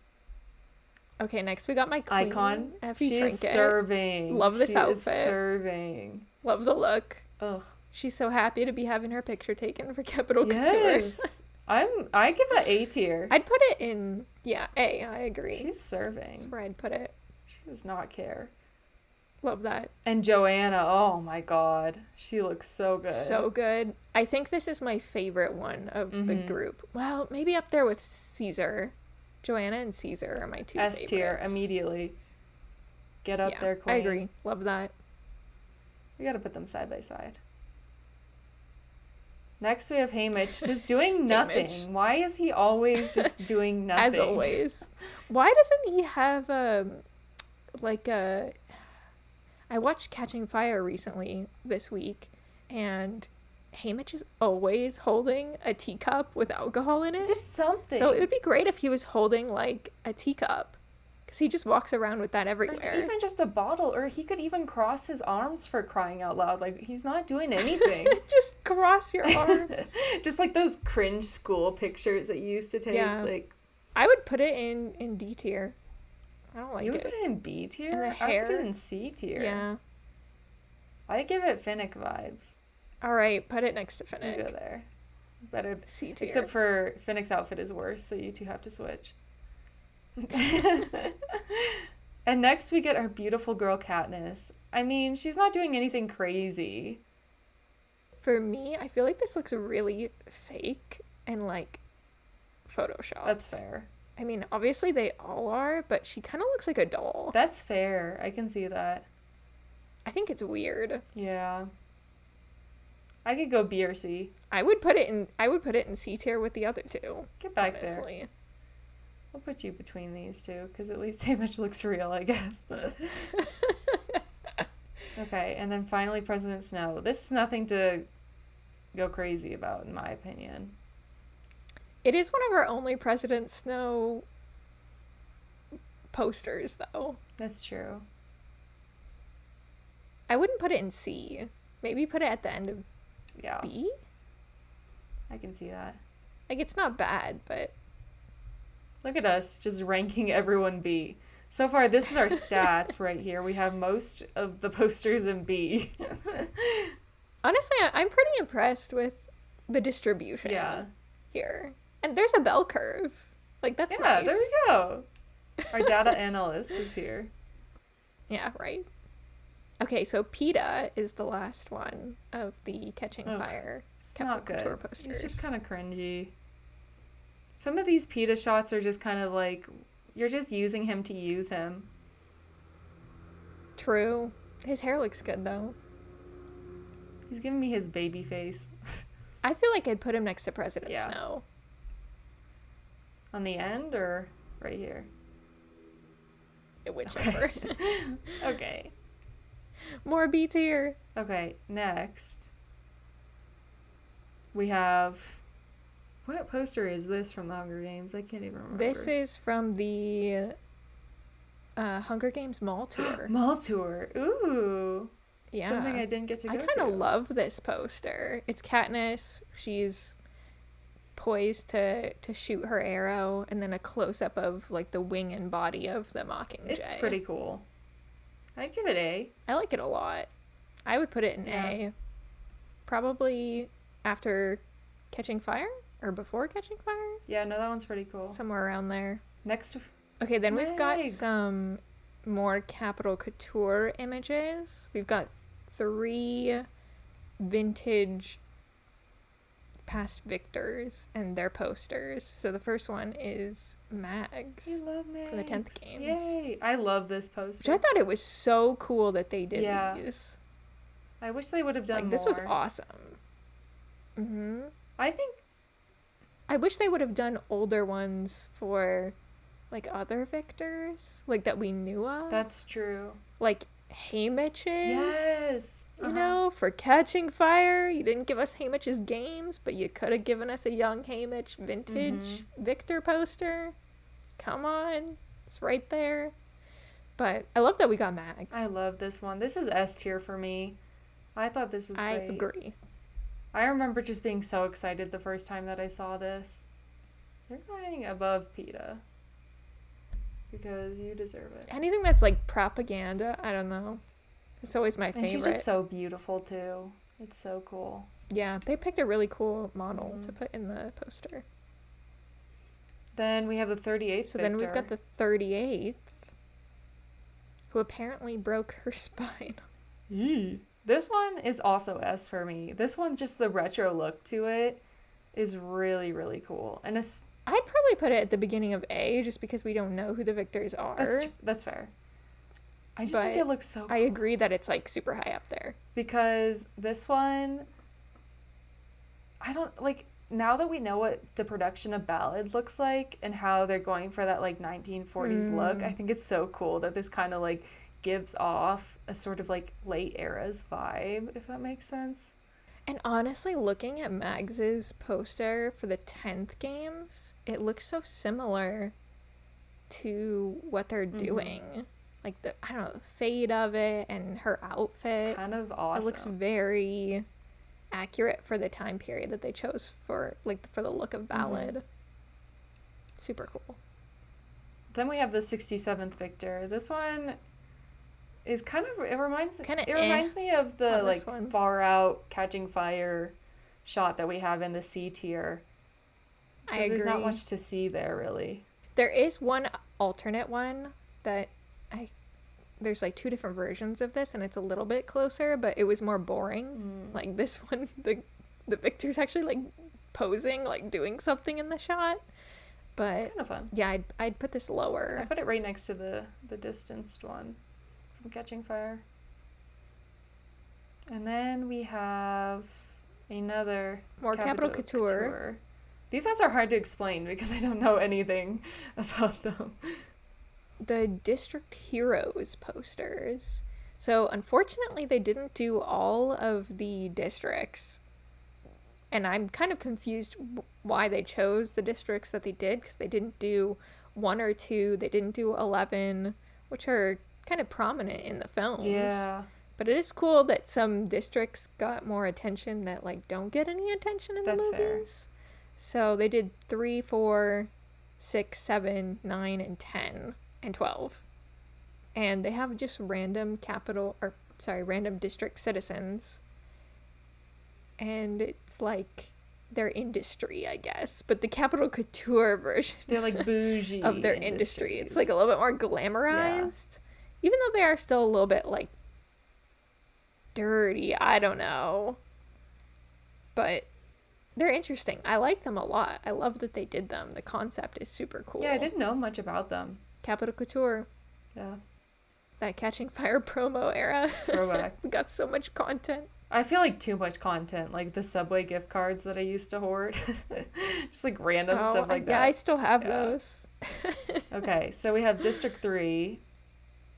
[SPEAKER 2] Okay, next we got my queen,
[SPEAKER 1] Icon.
[SPEAKER 2] Effie
[SPEAKER 1] She is
[SPEAKER 2] Trinket.
[SPEAKER 1] serving.
[SPEAKER 2] Love this
[SPEAKER 1] She is
[SPEAKER 2] outfit.
[SPEAKER 1] serving.
[SPEAKER 2] Love the look.
[SPEAKER 1] Ugh.
[SPEAKER 2] She's so happy to be having her picture taken for Capitol Couture.
[SPEAKER 1] Yes. I'm. I give it A tier.
[SPEAKER 2] I'd put it in, yeah, A. I agree.
[SPEAKER 1] She's
[SPEAKER 2] That's
[SPEAKER 1] serving.
[SPEAKER 2] where I'd put it.
[SPEAKER 1] She does not care.
[SPEAKER 2] Love that.
[SPEAKER 1] And Joanna. Oh my God. She looks so good.
[SPEAKER 2] So good. I think this is my favorite one of the
[SPEAKER 1] Mhm.
[SPEAKER 2] group. Well, maybe up there with Caesar. Joanna and Caesar are my two
[SPEAKER 1] S tier
[SPEAKER 2] favorites.
[SPEAKER 1] immediately. Get up
[SPEAKER 2] Yeah,
[SPEAKER 1] there, queen.
[SPEAKER 2] I agree. Love that.
[SPEAKER 1] We gotta put them side by side. Next, we have Haymitch just doing nothing.
[SPEAKER 2] Haymitch.
[SPEAKER 1] Why is he always just doing nothing?
[SPEAKER 2] As always. Why doesn't he have um like a I watched Catching Fire recently this week and Hamish is always holding a teacup with alcohol in it.
[SPEAKER 1] There's something.
[SPEAKER 2] So it would be great if he was holding like a teacup cuz he just walks around with that
[SPEAKER 1] or
[SPEAKER 2] everywhere.
[SPEAKER 1] even just a bottle, or he could even cross his arms for crying out loud. Like he's not doing anything.
[SPEAKER 2] just cross your arms.
[SPEAKER 1] just like those cringe school pictures that you used to take.
[SPEAKER 2] Yeah.
[SPEAKER 1] Like
[SPEAKER 2] I would put it in in D tier. I don't like
[SPEAKER 1] you would put
[SPEAKER 2] it.
[SPEAKER 1] it in B tier.
[SPEAKER 2] And the
[SPEAKER 1] I would put
[SPEAKER 2] hair.
[SPEAKER 1] it in C tier.
[SPEAKER 2] Yeah.
[SPEAKER 1] I give it Finnick vibes.
[SPEAKER 2] All right, put it next to
[SPEAKER 1] You go
[SPEAKER 2] Finnick.
[SPEAKER 1] there. Better
[SPEAKER 2] C tier.
[SPEAKER 1] Except for Finnick's outfit is worse, so you two have to switch. and next we get our beautiful girl Katniss. I mean, she's not doing anything crazy.
[SPEAKER 2] For me, I feel like this looks really fake and like photoshopped.
[SPEAKER 1] That's fair.
[SPEAKER 2] I mean, obviously they all are, but she kind of looks like a doll.
[SPEAKER 1] That's fair. I can see that.
[SPEAKER 2] I think it's weird.
[SPEAKER 1] Yeah. I could go B or C.
[SPEAKER 2] I would put it in. I would put it in C tier with the other two.
[SPEAKER 1] Get back there.
[SPEAKER 2] honestly.
[SPEAKER 1] We'll put you between these two, because at least Hamish looks real, I guess. okay, and then finally President Snow. This is nothing to go crazy about, in my opinion.
[SPEAKER 2] It is one of our only President Snow posters though.
[SPEAKER 1] That's true.
[SPEAKER 2] I wouldn't put it in C. Maybe put it at the end of
[SPEAKER 1] Yeah,
[SPEAKER 2] B.
[SPEAKER 1] I can see that.
[SPEAKER 2] Like it's not bad, but
[SPEAKER 1] Look at us just ranking everyone B. So far, this is our stats right here. We have most of the posters in B.
[SPEAKER 2] honestly, I- I'm pretty impressed with the distribution
[SPEAKER 1] yeah.
[SPEAKER 2] here. And there's a bell curve. Like that's
[SPEAKER 1] yeah,
[SPEAKER 2] nice.
[SPEAKER 1] there we go. Our data analyst is here.
[SPEAKER 2] Yeah, right. Okay, so PETA is the last one of the Catching
[SPEAKER 1] Ugh,
[SPEAKER 2] Fire.
[SPEAKER 1] It's
[SPEAKER 2] Capital
[SPEAKER 1] not good.
[SPEAKER 2] Couture
[SPEAKER 1] It's
[SPEAKER 2] posters.
[SPEAKER 1] just kind of cringy. Some of these PETA shots are just kind of like you're just using him to use him.
[SPEAKER 2] True. His hair looks good though.
[SPEAKER 1] He's giving me his baby face
[SPEAKER 2] I feel like I'd put him next to President
[SPEAKER 1] Yeah.
[SPEAKER 2] Snow.
[SPEAKER 1] on the end or right here.
[SPEAKER 2] Whichever.
[SPEAKER 1] Okay.
[SPEAKER 2] More B tier.
[SPEAKER 1] Okay, next. We have what poster is this from the Hunger Games? I can't even remember.
[SPEAKER 2] This is from the uh, Hunger Games Mall tour.
[SPEAKER 1] Mall Tour. Ooh.
[SPEAKER 2] yeah.
[SPEAKER 1] Something I didn't get to go
[SPEAKER 2] I kind
[SPEAKER 1] to.
[SPEAKER 2] of love this poster. It's Katniss. She's poised to to shoot her arrow, and then a close up of like the wing and body of the Mockingjay.
[SPEAKER 1] It's pretty cool. I'd give it A.
[SPEAKER 2] I like it a lot. I would put it in
[SPEAKER 1] Yeah.
[SPEAKER 2] A. Probably after Catching Fire or before Catching Fire,
[SPEAKER 1] Yeah, no, that one's pretty cool.
[SPEAKER 2] somewhere around there.
[SPEAKER 1] Next,
[SPEAKER 2] Okay, then we've got
[SPEAKER 1] Legs.
[SPEAKER 2] some more capital couture images. We've got three vintage past victors and their posters. So the first one is Mags,
[SPEAKER 1] we love Max.
[SPEAKER 2] the 10th games.
[SPEAKER 1] Yay! I love this
[SPEAKER 2] which I
[SPEAKER 1] poster.
[SPEAKER 2] thought it was so cool that they did
[SPEAKER 1] Yeah.
[SPEAKER 2] these.
[SPEAKER 1] I wish they would have done
[SPEAKER 2] Like this was
[SPEAKER 1] more.
[SPEAKER 2] awesome. hmm
[SPEAKER 1] I think
[SPEAKER 2] I wish they would have done older ones for like other victors, like that we knew of.
[SPEAKER 1] that's true.
[SPEAKER 2] like Haymitch's.
[SPEAKER 1] Yes.
[SPEAKER 2] You
[SPEAKER 1] Uh-huh.
[SPEAKER 2] know, for catching fire, you didn't give us Haymitch's games, but you could have given us a young Haymitch vintage
[SPEAKER 1] Mm-hmm.
[SPEAKER 2] Victor poster. Come on, it's right there. But I love that we got Mags.
[SPEAKER 1] I love this one. This is S tier for me. I thought this was
[SPEAKER 2] I
[SPEAKER 1] great.
[SPEAKER 2] agree.
[SPEAKER 1] I remember just being so excited the first time that I saw this. You're going above PETA. Because you deserve it.
[SPEAKER 2] Anything that's like propaganda, I don't know. It's always my
[SPEAKER 1] And
[SPEAKER 2] favorite.
[SPEAKER 1] she's just so beautiful too. It's so cool.
[SPEAKER 2] yeah, they picked a really cool model to
[SPEAKER 1] Mhm.
[SPEAKER 2] put in the poster.
[SPEAKER 1] Then we have the 38th.
[SPEAKER 2] So then we've got the 38th, who apparently broke her spine.
[SPEAKER 1] This one is also S for me. This one, just the retro look to it, is really really cool. And it's
[SPEAKER 2] I'd probably put it at the beginning of A just because we don't know who the victors
[SPEAKER 1] that's
[SPEAKER 2] are.
[SPEAKER 1] that's fair. I just think
[SPEAKER 2] But
[SPEAKER 1] it looks so.
[SPEAKER 2] I
[SPEAKER 1] cool.
[SPEAKER 2] agree that it's like super high up there.
[SPEAKER 1] because this one I don't like now that we know what the production of ballad looks like and how they're going for that like 1940s
[SPEAKER 2] Hmm.
[SPEAKER 1] look, I think it's so cool that this kind of like gives off a sort of like late eras vibe if that makes sense.
[SPEAKER 2] And honestly, looking at Mags's poster for the 10th games, it looks so similar to what they're doing. Like the I don't know, the fade of it and her outfit.
[SPEAKER 1] Kind of awesome.
[SPEAKER 2] It looks very accurate for the time period that they chose for like for the look of ballad. Super cool.
[SPEAKER 1] Then we have the 67th Victor. This one is kind of it reminds
[SPEAKER 2] Kinda
[SPEAKER 1] it
[SPEAKER 2] eh
[SPEAKER 1] reminds me of the
[SPEAKER 2] on this
[SPEAKER 1] like
[SPEAKER 2] one.
[SPEAKER 1] far out catching fire shot that we have in the C tier.
[SPEAKER 2] I
[SPEAKER 1] 'Cause
[SPEAKER 2] agree.
[SPEAKER 1] There's not much to see there, really.
[SPEAKER 2] There is one alternate one that I there's like two different versions of this and it's a little bit closer, but it was more boring. Like this one, the the victor's actually like posing, like doing something in the shot. But
[SPEAKER 1] Kind of fun.
[SPEAKER 2] yeah, I'd I'd put this
[SPEAKER 1] I
[SPEAKER 2] lower.
[SPEAKER 1] put it right next to the the distanced one from Catching Fire. And then we have another
[SPEAKER 2] More capital couture.
[SPEAKER 1] These ones are hard to explain because I don't know anything about them.
[SPEAKER 2] The district heroes posters. So unfortunately they didn't do all of the districts. And I'm kind of confused w- why they chose the districts that they did because they didn't do one or two. They didn't do 11, which are kind of prominent in the films.
[SPEAKER 1] Yeah.
[SPEAKER 2] But it is cool that some districts got more attention that like don't get any attention in
[SPEAKER 1] That's
[SPEAKER 2] the
[SPEAKER 1] fair.
[SPEAKER 2] movies. So they did three, four, six, seven, nine, and ten, and twelve. And they have just random capital or sorry, random district citizens. And it's like their industry, I guess. But the capital couture version
[SPEAKER 1] They're like bougie
[SPEAKER 2] of their industry. It's like a little bit more glamorized, even though they are still a little bit like dirty. I don't know, but they're interesting. I like them a lot. I love that they did them. The concept is super cool.
[SPEAKER 1] Yeah, I didn't know much about them.
[SPEAKER 2] Capital Couture,
[SPEAKER 1] Yeah.
[SPEAKER 2] that Catching Fire promo era.
[SPEAKER 1] Throwback.
[SPEAKER 2] we got so much content.
[SPEAKER 1] I feel like too much content, like the Subway gift cards that I used to hoard. Just like random
[SPEAKER 2] oh,
[SPEAKER 1] stuff like
[SPEAKER 2] yeah, I
[SPEAKER 1] that.
[SPEAKER 2] still have
[SPEAKER 1] Yeah.
[SPEAKER 2] those.
[SPEAKER 1] Okay, so we have District 3.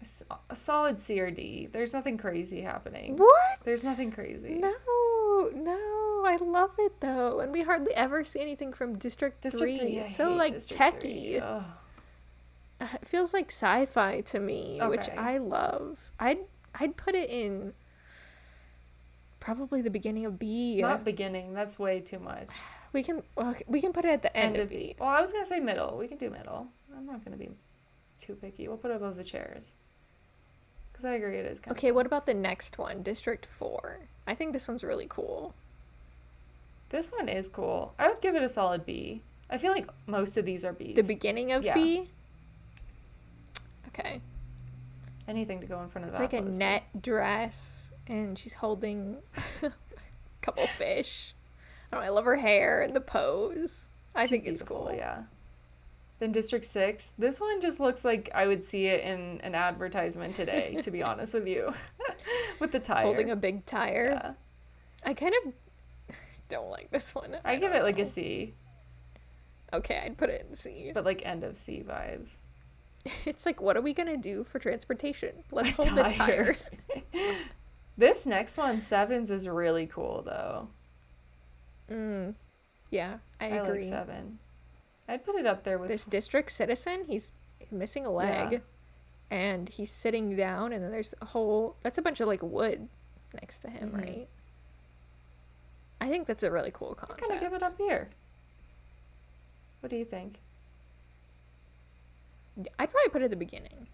[SPEAKER 1] S- A solid CRD. There's nothing crazy happening.
[SPEAKER 2] What?
[SPEAKER 1] There's nothing crazy.
[SPEAKER 2] No, no, I love it though, and we hardly ever see anything from District,
[SPEAKER 1] District 3.
[SPEAKER 2] Three.
[SPEAKER 1] I
[SPEAKER 2] It's so
[SPEAKER 1] hate
[SPEAKER 2] like
[SPEAKER 1] District
[SPEAKER 2] techie.
[SPEAKER 1] 3. Ugh.
[SPEAKER 2] Uh, It feels like sci-fi to me, which
[SPEAKER 1] Okay.
[SPEAKER 2] I love. I'd I'd put it in probably the beginning of B.
[SPEAKER 1] Not beginning. That's way too much.
[SPEAKER 2] we can well, okay, we can put it at the end, of B.
[SPEAKER 1] E. Well, I was gonna say middle. We can do middle. I'm not gonna be too picky. We'll put it above the chairs. Cause I agree, it is kind
[SPEAKER 2] Okay, what about the next one, District Four? I think this one's really cool.
[SPEAKER 1] This one is cool. I would give it a solid B. I feel like most of these are Bs.
[SPEAKER 2] The beginning of
[SPEAKER 1] Yeah.
[SPEAKER 2] B. Okay.
[SPEAKER 1] Anything to go in front of
[SPEAKER 2] It's
[SPEAKER 1] that.
[SPEAKER 2] like a
[SPEAKER 1] honestly.
[SPEAKER 2] net dress, and she's holding a couple fish. I don't know, I love her hair and the pose. I
[SPEAKER 1] She's
[SPEAKER 2] think it's
[SPEAKER 1] beautiful,
[SPEAKER 2] cool.
[SPEAKER 1] Yeah. Then District Six. This one just looks like I would see it in an advertisement today. to be honest with you, with the tire.
[SPEAKER 2] Holding a big tire.
[SPEAKER 1] Yeah.
[SPEAKER 2] I kind of don't like this one.
[SPEAKER 1] I, give it like
[SPEAKER 2] a
[SPEAKER 1] a C,
[SPEAKER 2] Okay, I'd put it in C.
[SPEAKER 1] but like end of C vibes.
[SPEAKER 2] It's like, what are we gonna do for transportation? Let's hold the
[SPEAKER 1] tire.
[SPEAKER 2] tire.
[SPEAKER 1] This next one, Sevens, is really cool though.
[SPEAKER 2] Mm. Yeah, I
[SPEAKER 1] I, like
[SPEAKER 2] agree.
[SPEAKER 1] Seven. I'd put it up there with
[SPEAKER 2] this district citizen he's missing a leg
[SPEAKER 1] Yeah.
[SPEAKER 2] and he's sitting down and then there's a whole that's a bunch of like wood next to him
[SPEAKER 1] Mhm.
[SPEAKER 2] right i think that's a really cool
[SPEAKER 1] I'm
[SPEAKER 2] concept
[SPEAKER 1] gonna give it up here. What do you think?
[SPEAKER 2] i'd probably put it at the beginning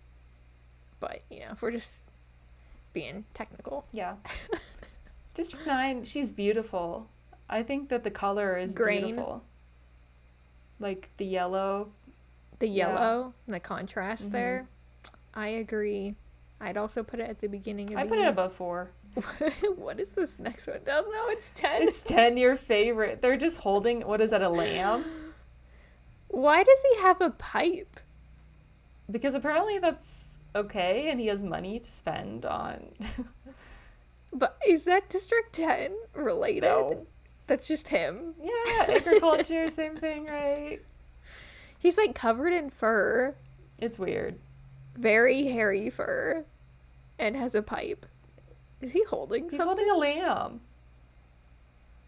[SPEAKER 2] but you know if we're just being technical
[SPEAKER 1] Yeah. District Nine. She's beautiful. I think that the color is
[SPEAKER 2] Green.
[SPEAKER 1] beautiful. Like the yellow.
[SPEAKER 2] the
[SPEAKER 1] Yeah.
[SPEAKER 2] yellow and the contrast
[SPEAKER 1] Mhm.
[SPEAKER 2] there i agree i'd also put it at the beginning of
[SPEAKER 1] I put
[SPEAKER 2] E.
[SPEAKER 1] it above four.
[SPEAKER 2] what is this next one oh no it's 10
[SPEAKER 1] It's ten. Your favorite. They're just holding. What is that? A lamb?
[SPEAKER 2] why does he have a pipe
[SPEAKER 1] Because apparently that's okay, and he has money to spend on.
[SPEAKER 2] But is that District 10 related?
[SPEAKER 1] No.
[SPEAKER 2] That's just him.
[SPEAKER 1] Yeah, agriculture, same thing, right?
[SPEAKER 2] He's like covered in fur,
[SPEAKER 1] It's weird.
[SPEAKER 2] very hairy fur, and has a pipe. Is he holding
[SPEAKER 1] He's
[SPEAKER 2] something?
[SPEAKER 1] holding a lamb.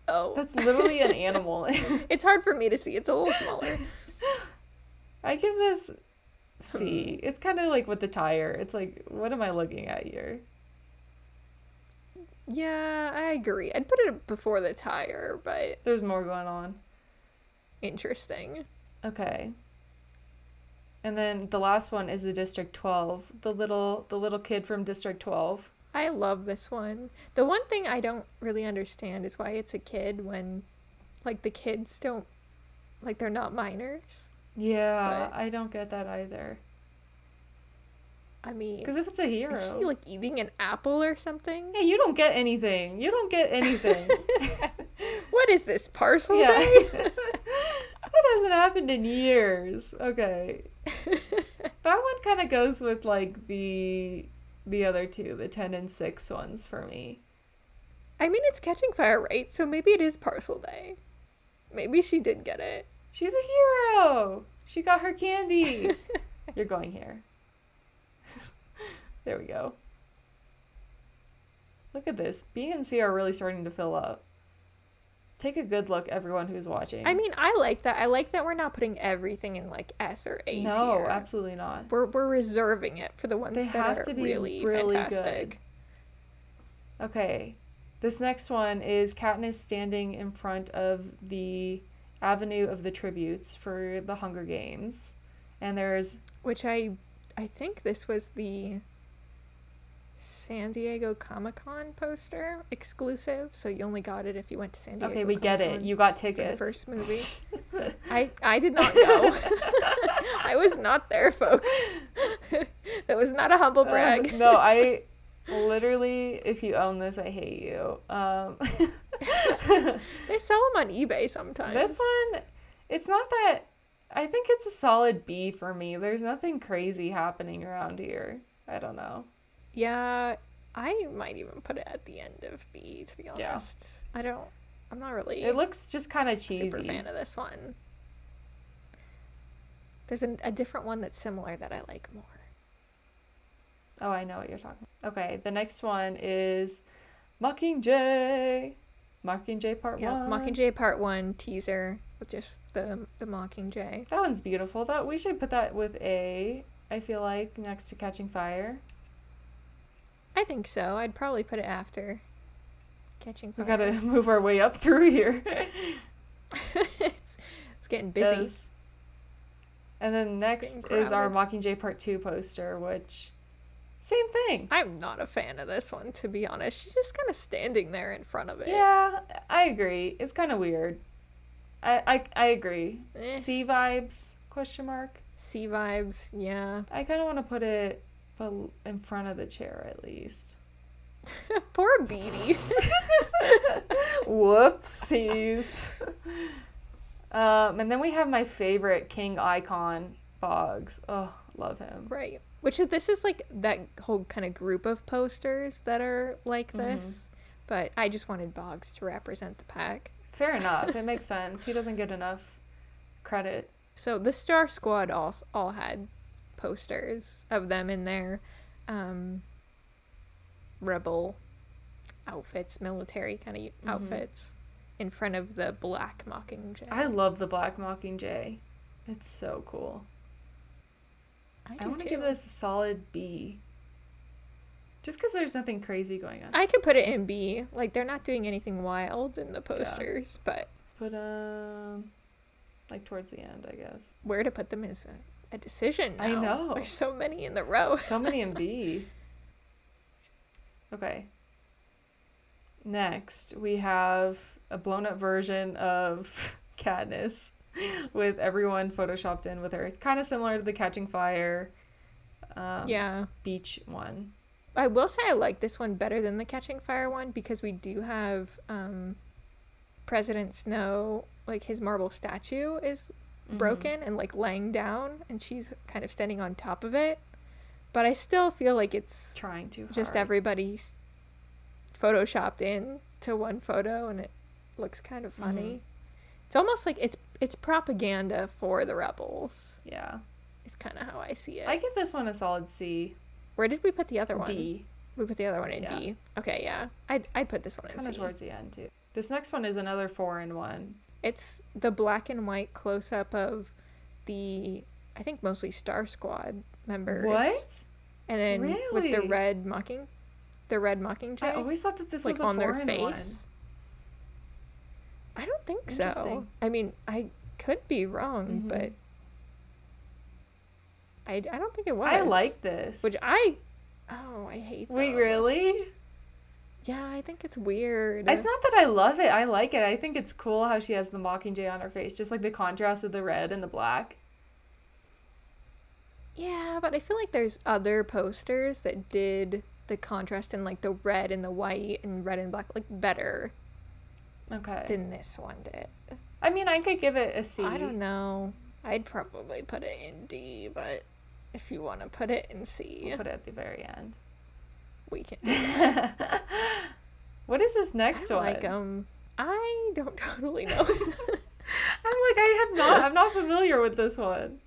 [SPEAKER 2] Oh.
[SPEAKER 1] That's literally an animal.
[SPEAKER 2] it's hard for me to see. It's a little smaller.
[SPEAKER 1] I give this C. It's kind of like with the tire. It's like, what am I looking at here?
[SPEAKER 2] yeah, I agree. I'd put it before the tire, but
[SPEAKER 1] There's more going on.
[SPEAKER 2] interesting.
[SPEAKER 1] Okay. And then the last one is the District 12. The little the little kid from District 12.
[SPEAKER 2] I love this one. The one thing I don't really understand is why it's a kid when, like, the kids don't, like, they're not minors.
[SPEAKER 1] Yeah,
[SPEAKER 2] But-
[SPEAKER 1] I don't get that either.
[SPEAKER 2] I mean,
[SPEAKER 1] Because if it's a hero,
[SPEAKER 2] Is she like eating an apple or something?
[SPEAKER 1] yeah, you don't get anything. You don't get anything.
[SPEAKER 2] What is this parcel
[SPEAKER 1] Yeah.
[SPEAKER 2] day?
[SPEAKER 1] that hasn't happened in years. Okay. that one kind of goes with like the the other two, the 10 and 6 ones for me.
[SPEAKER 2] I mean, it's catching fire, right? So maybe it is parcel day. Maybe she did get it.
[SPEAKER 1] She's a hero. She got her candy. You're going here. there we go. Look at this. B and C are really starting to fill up. Take a good look, everyone who's watching.
[SPEAKER 2] I mean, I like that. I like that we're not putting everything in like S or A
[SPEAKER 1] no,
[SPEAKER 2] tier.
[SPEAKER 1] absolutely not.
[SPEAKER 2] We're we're reserving it for the ones
[SPEAKER 1] They
[SPEAKER 2] that
[SPEAKER 1] have
[SPEAKER 2] are
[SPEAKER 1] to be
[SPEAKER 2] really,
[SPEAKER 1] really
[SPEAKER 2] fantastic.
[SPEAKER 1] Okay. This next one is Katniss standing in front of the avenue of the tributes for the Hunger Games. And there's
[SPEAKER 2] Which I I think this was the San Diego Comic Con poster exclusive, so you only got it if you went to San Diego.
[SPEAKER 1] Okay, we get it.
[SPEAKER 2] Comic-Con
[SPEAKER 1] You got
[SPEAKER 2] for
[SPEAKER 1] tickets.
[SPEAKER 2] the first movie. I I did not know. I was not there, folks. that was not a humble
[SPEAKER 1] Uh,
[SPEAKER 2] brag.
[SPEAKER 1] no, I literally if you own this, I hate you. Um
[SPEAKER 2] They sell them on eBay sometimes.
[SPEAKER 1] This one, it's not that. I think it's a solid B for me. There's nothing crazy happening around here. I don't know.
[SPEAKER 2] Yeah, I might even put it at the end of B. To be honest,
[SPEAKER 1] Yeah.
[SPEAKER 2] I don't. I'm not really
[SPEAKER 1] It looks just kind of
[SPEAKER 2] a
[SPEAKER 1] cheesy.
[SPEAKER 2] super fan of this one. There's an, a different one that's similar that I like more.
[SPEAKER 1] Oh, I know what you're talking. Okay, the next one is Mockingjay. Mockingjay Part
[SPEAKER 2] Yeah,
[SPEAKER 1] One.
[SPEAKER 2] Mockingjay Part One teaser with just the the Mockingjay.
[SPEAKER 1] That one's beautiful. That we should put that with A. I feel like next to Catching Fire.
[SPEAKER 2] I think so. I'd probably put it after Catching
[SPEAKER 1] We
[SPEAKER 2] Fire.
[SPEAKER 1] gotta move our way up through here.
[SPEAKER 2] it's, it's getting busy.
[SPEAKER 1] Yes. And then next
[SPEAKER 2] Getting
[SPEAKER 1] is our Mockingjay Part Two poster, which same thing.
[SPEAKER 2] I'm not a fan of this one, to be honest. She's just kind of standing there in front of it.
[SPEAKER 1] Yeah, I agree. It's kind of weird. I, I I agree.
[SPEAKER 2] Eh,
[SPEAKER 1] C vibes? Question mark.
[SPEAKER 2] C vibes. Yeah.
[SPEAKER 1] I kind of want to put it bel- in front of the chair at least.
[SPEAKER 2] Poor Beatty.
[SPEAKER 1] Whoopsies. um, and then we have my favorite king icon, Boggs. Oh, love him.
[SPEAKER 2] right. Which is this is like that whole kind of group of posters that are like this. But I just wanted Boggs to represent the pack.
[SPEAKER 1] Fair enough. It makes sense. He doesn't get enough credit.
[SPEAKER 2] So the Star Squad all all had posters of them in their um, rebel outfits, military kind of
[SPEAKER 1] Mm-hmm.
[SPEAKER 2] outfits, in front of the black Mockingjay.
[SPEAKER 1] I love the Black Mockingjay. It's so cool. I
[SPEAKER 2] do
[SPEAKER 1] want to give
[SPEAKER 2] too.
[SPEAKER 1] this a solid B. Just because there's nothing crazy going on.
[SPEAKER 2] I could put it in B. Like they're not doing anything wild in the posters, but
[SPEAKER 1] But um, like towards the end, I guess.
[SPEAKER 2] where to put them is a, a decision.
[SPEAKER 1] I
[SPEAKER 2] now.
[SPEAKER 1] know.
[SPEAKER 2] There's so many in the row.
[SPEAKER 1] So many in B. Okay. Next, we have a blown up version of Katniss with everyone photoshopped in with her. It's kind of similar to the Catching Fire um,
[SPEAKER 2] yeah.
[SPEAKER 1] beach one.
[SPEAKER 2] I will say I like this one better than the Catching Fire one because we do have um, President Snow, like his marble statue is
[SPEAKER 1] Mm-hmm.
[SPEAKER 2] broken and like laying down, and she's kind of standing on top of it. But I still feel like it's
[SPEAKER 1] Trying to.
[SPEAKER 2] just
[SPEAKER 1] hard.
[SPEAKER 2] everybody's photoshopped in to one photo, and it looks kind
[SPEAKER 1] Mm-hmm.
[SPEAKER 2] of funny. It's almost like it's it's propaganda for the rebels.
[SPEAKER 1] Yeah.
[SPEAKER 2] Is kind of how I see it.
[SPEAKER 1] I give this one a solid C.
[SPEAKER 2] Where did we put the other one?
[SPEAKER 1] D.
[SPEAKER 2] We put the other one in
[SPEAKER 1] Yeah.
[SPEAKER 2] D. Okay, yeah. I'd, I'd put this one in
[SPEAKER 1] kind
[SPEAKER 2] C.
[SPEAKER 1] of towards the end too. This next one is another foreign one.
[SPEAKER 2] It's the black and white close up of the, I think mostly Star Squad members.
[SPEAKER 1] What?
[SPEAKER 2] And then with the
[SPEAKER 1] Really?
[SPEAKER 2] red mocking, the red mockingjay,
[SPEAKER 1] I always thought that this
[SPEAKER 2] like
[SPEAKER 1] was a
[SPEAKER 2] on their
[SPEAKER 1] foreign
[SPEAKER 2] face. I don't think so.
[SPEAKER 1] Interesting.
[SPEAKER 2] I mean, I could be wrong,
[SPEAKER 1] Mhm.
[SPEAKER 2] but I, I don't think it was.
[SPEAKER 1] one. I like this.
[SPEAKER 2] Which I, oh, I hate.
[SPEAKER 1] Wait,
[SPEAKER 2] them.
[SPEAKER 1] really?
[SPEAKER 2] Yeah, I think it's weird.
[SPEAKER 1] It's not that I love it. I like it. I think it's cool how she has the Mockingjay on her face, just like the contrast of the red and the black.
[SPEAKER 2] Yeah, but I feel like there's other posters that did the contrast in like the red and the white and red and black like better
[SPEAKER 1] Okay.
[SPEAKER 2] than this one did.
[SPEAKER 1] I mean, I could give it a C.
[SPEAKER 2] I don't know. I'd probably put it in D, but if you want to put it in C,
[SPEAKER 1] We'll Put it at the very end.
[SPEAKER 2] we can.
[SPEAKER 1] What is this next
[SPEAKER 2] I
[SPEAKER 1] one?
[SPEAKER 2] like um, I don't totally know.
[SPEAKER 1] I'm like I have not. I'm not familiar with this one.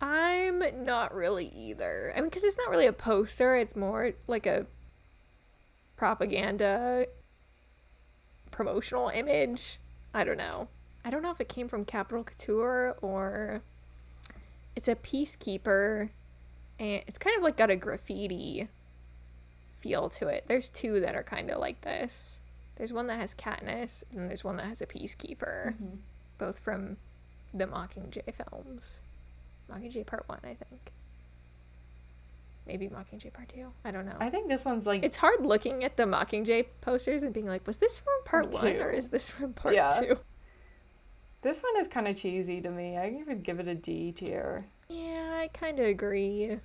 [SPEAKER 2] I'm not really either. I mean, because it's not really a poster; it's more like a propaganda promotional image. I don't know. I don't know if it came from Capital Couture or it's a peacekeeper and it's kind of like got a graffiti feel to it. There's two that are kind of like this. There's one that has Katniss and there's one that has a peacekeeper,
[SPEAKER 1] Mhm.
[SPEAKER 2] both from the Mockingjay films. Mockingjay Part 1, I think. Maybe Mockingjay Part 2. I don't know.
[SPEAKER 1] I think this one's like
[SPEAKER 2] It's hard looking at the Mockingjay posters and being like, was this from part
[SPEAKER 1] Part
[SPEAKER 2] one
[SPEAKER 1] two.
[SPEAKER 2] or is this from part
[SPEAKER 1] Yeah.
[SPEAKER 2] two?
[SPEAKER 1] this one is kind of cheesy to me. I would give it a D tier.
[SPEAKER 2] Yeah, I kind of agree.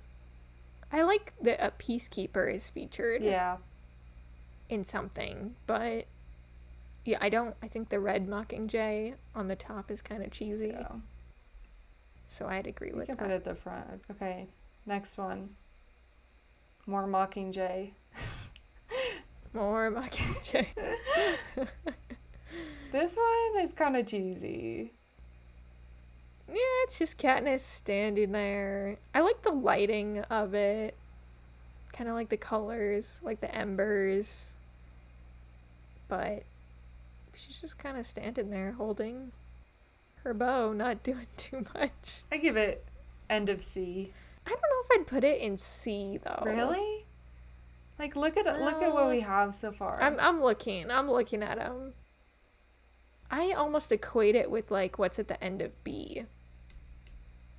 [SPEAKER 2] I like that a peacekeeper is featured
[SPEAKER 1] Yeah,
[SPEAKER 2] in something, but yeah, I don't. I think the red Mockingjay on the top is kind of cheesy,
[SPEAKER 1] yeah.
[SPEAKER 2] so I'd agree
[SPEAKER 1] We
[SPEAKER 2] with
[SPEAKER 1] can
[SPEAKER 2] that.
[SPEAKER 1] put it at the front. Okay, next one. More Mockingjay.
[SPEAKER 2] More Mockingjay.
[SPEAKER 1] This one is kind of cheesy.
[SPEAKER 2] yeah, it's just Katniss standing there. I like the lighting of it, kind of like the colors, like the embers. But she's just kind of standing there holding her bow, not doing too much.
[SPEAKER 1] I give it end of C.
[SPEAKER 2] I don't know if I'd put it in C though.
[SPEAKER 1] Really? Like look at look at what
[SPEAKER 2] No.
[SPEAKER 1] we have so far.
[SPEAKER 2] I'm I'm looking. I'm looking at them. I almost equate it with like what's at the end of B,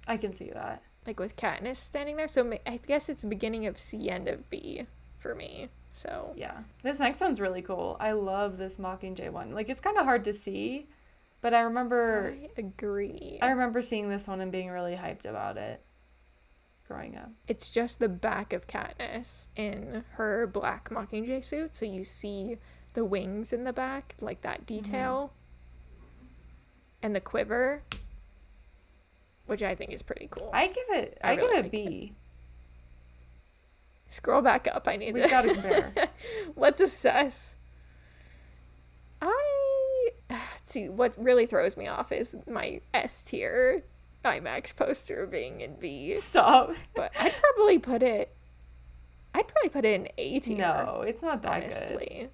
[SPEAKER 1] I can see that.
[SPEAKER 2] like with Katniss standing there. So ma- I guess it's beginning of C, end of B for me. So
[SPEAKER 1] Yeah. This next one's really cool. I love this Mockingjay one. Like it's kind of hard to see, but I remember
[SPEAKER 2] I agree.
[SPEAKER 1] I remember seeing this one and being really hyped about it growing up.
[SPEAKER 2] It's just the back of Katniss in her black Mockingjay suit, so you see the wings in the back, like that detail, and the quiver, which I think is pretty cool.
[SPEAKER 1] I give it I,
[SPEAKER 2] I really
[SPEAKER 1] give it
[SPEAKER 2] like
[SPEAKER 1] B.
[SPEAKER 2] Scroll back up. I need
[SPEAKER 1] We've
[SPEAKER 2] to.
[SPEAKER 1] got to compare.
[SPEAKER 2] Let's assess. I see what really throws me off is my S tier IMAX poster being in B,
[SPEAKER 1] Stop.
[SPEAKER 2] but I'd probably put it. I'd probably put it in A tier.
[SPEAKER 1] No, it's not that good.
[SPEAKER 2] honestly,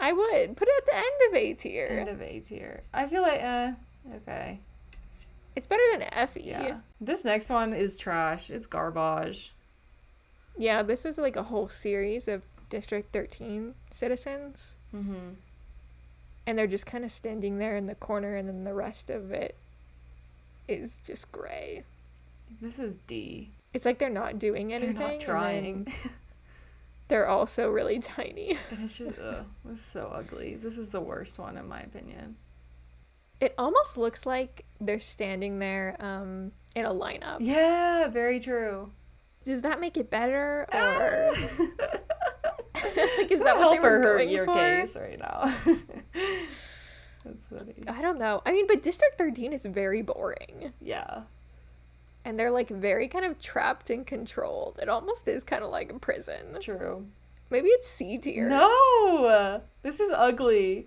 [SPEAKER 2] I would put it at the end of A tier.
[SPEAKER 1] End of A tier. I feel like uh okay.
[SPEAKER 2] It's better than E. Fe.
[SPEAKER 1] yeah. This next one is trash. It's garbage.
[SPEAKER 2] Yeah, this was like a whole series of District Thirteen citizens.
[SPEAKER 1] Mhm.
[SPEAKER 2] and they're just kind of standing there in the corner and then the rest of it is just gray
[SPEAKER 1] This is D.
[SPEAKER 2] it's like they're not doing anything
[SPEAKER 1] They're not
[SPEAKER 2] and then
[SPEAKER 1] trying.
[SPEAKER 2] they're also really tiny
[SPEAKER 1] And it's just, ugh, this is so ugly. This is the worst one, in my opinion.
[SPEAKER 2] it almost looks like they're standing there um in a lineup
[SPEAKER 1] Yeah, very true.
[SPEAKER 2] does that make it better
[SPEAKER 1] Ah!
[SPEAKER 2] or
[SPEAKER 1] Is
[SPEAKER 2] like is that what they were going
[SPEAKER 1] your
[SPEAKER 2] for
[SPEAKER 1] case right now? That's funny.
[SPEAKER 2] i don't know i mean but district 13 is very boring
[SPEAKER 1] Yeah.
[SPEAKER 2] and they're like very kind of trapped and controlled it almost is kind of like a prison
[SPEAKER 1] True.
[SPEAKER 2] maybe it's c tier
[SPEAKER 1] No! This is ugly.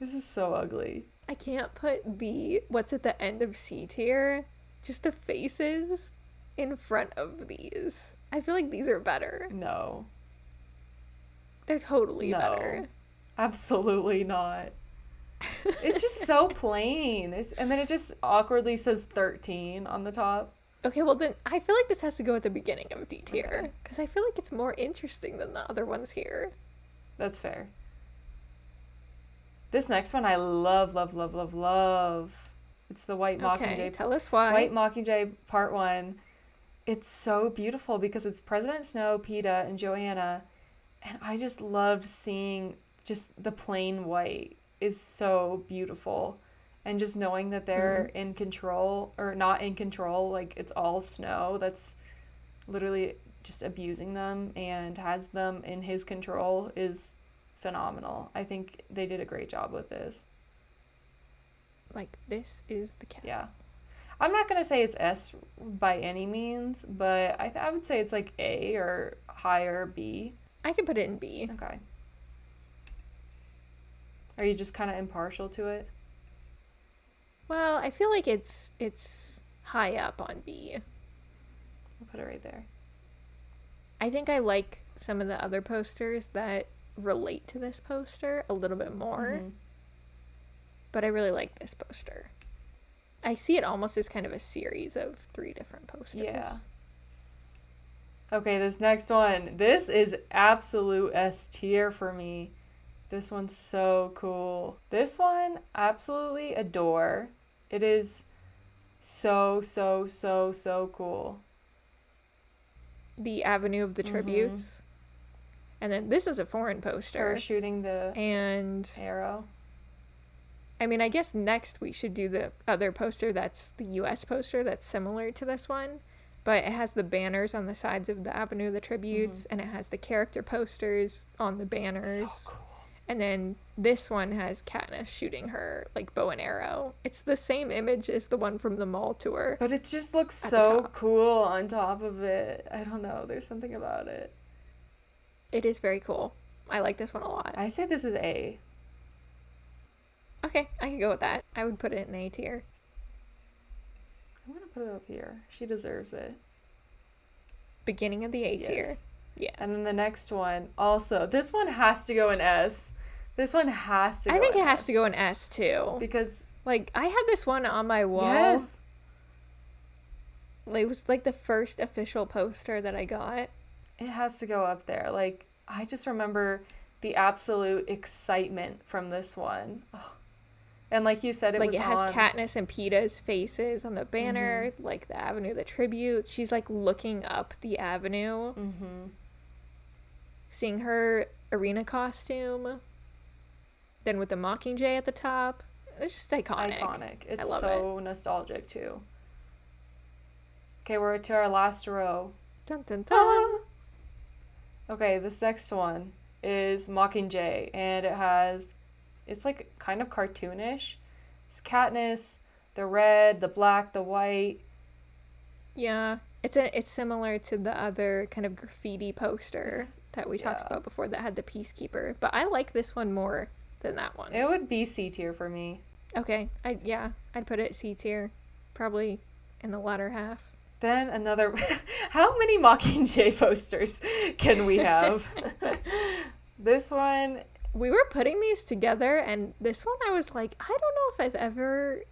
[SPEAKER 1] This is so ugly.
[SPEAKER 2] I can't put the what's at the end of C tier, just the faces in front of these. I feel like these are better.
[SPEAKER 1] No.
[SPEAKER 2] They're totally
[SPEAKER 1] No.
[SPEAKER 2] better.
[SPEAKER 1] Absolutely not. It's just so plain. It's, and then it just awkwardly says 13 on the top.
[SPEAKER 2] Okay, well then I feel like this has to go at the beginning of D
[SPEAKER 1] Okay.
[SPEAKER 2] tier because I feel like it's more interesting than the other ones here.
[SPEAKER 1] That's fair. This next one I love, love, love, love, love. It's the White Mockingjay.
[SPEAKER 2] Okay, tell us why.
[SPEAKER 1] White Mockingjay Part One. It's so beautiful because it's President Snow, PETA, and Joanna, and I just loved seeing just the plain white is so beautiful, and just knowing that they're in control or not in control, like it's all Snow that's literally just abusing them and has them in his control is phenomenal. I think they did a great job with this.
[SPEAKER 2] like this is the cat.
[SPEAKER 1] Yeah. I'm not going to say it's S by any means, but I, th- I would say it's like A or higher B.
[SPEAKER 2] I can put it in B.
[SPEAKER 1] Okay. Are you just kind of impartial to it?
[SPEAKER 2] Well, I feel like it's it's high up on B.
[SPEAKER 1] I'll put it right there.
[SPEAKER 2] I think I like some of the other posters that relate to this poster a little bit more.
[SPEAKER 1] Mm-hmm.
[SPEAKER 2] But I really like this poster. I see it almost as kind of a series of three different posters.
[SPEAKER 1] Yeah. Okay, this next one. This is absolute S tier for me. This one's so cool. This one, absolutely adore. It is so, so, so, so cool.
[SPEAKER 2] The Avenue of the Tributes. And then this is a foreign poster.
[SPEAKER 1] Her shooting the
[SPEAKER 2] And
[SPEAKER 1] arrow.
[SPEAKER 2] I mean, I guess next we should do the other poster that's the US poster that's similar to this one, but it has the banners on the sides of the Avenue of the Tributes
[SPEAKER 1] Mm-hmm.
[SPEAKER 2] and it has the character posters on the banners. And then this one has Katniss shooting her like bow and arrow. It's the same image as the one from the mall tour.
[SPEAKER 1] But it just looks
[SPEAKER 2] At the
[SPEAKER 1] so
[SPEAKER 2] top.
[SPEAKER 1] cool on top of it. I don't know. There's something about it.
[SPEAKER 2] It is very cool. I like this one a lot.
[SPEAKER 1] I say this is A.
[SPEAKER 2] Okay, I could go with that. I would put it in A tier.
[SPEAKER 1] I'm gonna put it up here. She deserves it.
[SPEAKER 2] Beginning of the A tier.
[SPEAKER 1] Yes.
[SPEAKER 2] Yeah.
[SPEAKER 1] And then the next one, also, this one has to go in S. This one has to. Go
[SPEAKER 2] I think
[SPEAKER 1] in
[SPEAKER 2] it has
[SPEAKER 1] S.
[SPEAKER 2] to go in S too.
[SPEAKER 1] because
[SPEAKER 2] Like I had this one on my wall.
[SPEAKER 1] yes,
[SPEAKER 2] It was like the first official poster that I got.
[SPEAKER 1] it has to go up there. Like I just remember the absolute excitement from this one. Oh. And like you said, it
[SPEAKER 2] like
[SPEAKER 1] was
[SPEAKER 2] it has
[SPEAKER 1] on- Mm-hmm.
[SPEAKER 2] Katniss and Peeta's faces on the banner, like the avenue, the tribute. She's like looking up the avenue,
[SPEAKER 1] Mhm.
[SPEAKER 2] seeing her arena costume. Then with the Mockingjay at the top, it's just iconic.
[SPEAKER 1] iconic. It's
[SPEAKER 2] I love
[SPEAKER 1] so nostalgic too. Okay, we're to our last row.
[SPEAKER 2] Dun dun
[SPEAKER 1] Ah.
[SPEAKER 2] dun.
[SPEAKER 1] Okay, this next one is Mockingjay, and it has, it's like kind of cartoonish. It's Katniss, the red, the black, the white.
[SPEAKER 2] Yeah, it's a, it's similar to the other kind of graffiti poster that we talked
[SPEAKER 1] yeah.
[SPEAKER 2] about before that had the peacekeeper, but I like this one more than that one.
[SPEAKER 1] It would be C tier for me.
[SPEAKER 2] Okay, I yeah, I'd put it C tier, probably in the latter half.
[SPEAKER 1] Then another. How many Mockingjay posters can we have? this one,
[SPEAKER 2] We were putting these together, and this one I was like, I don't know if I've ever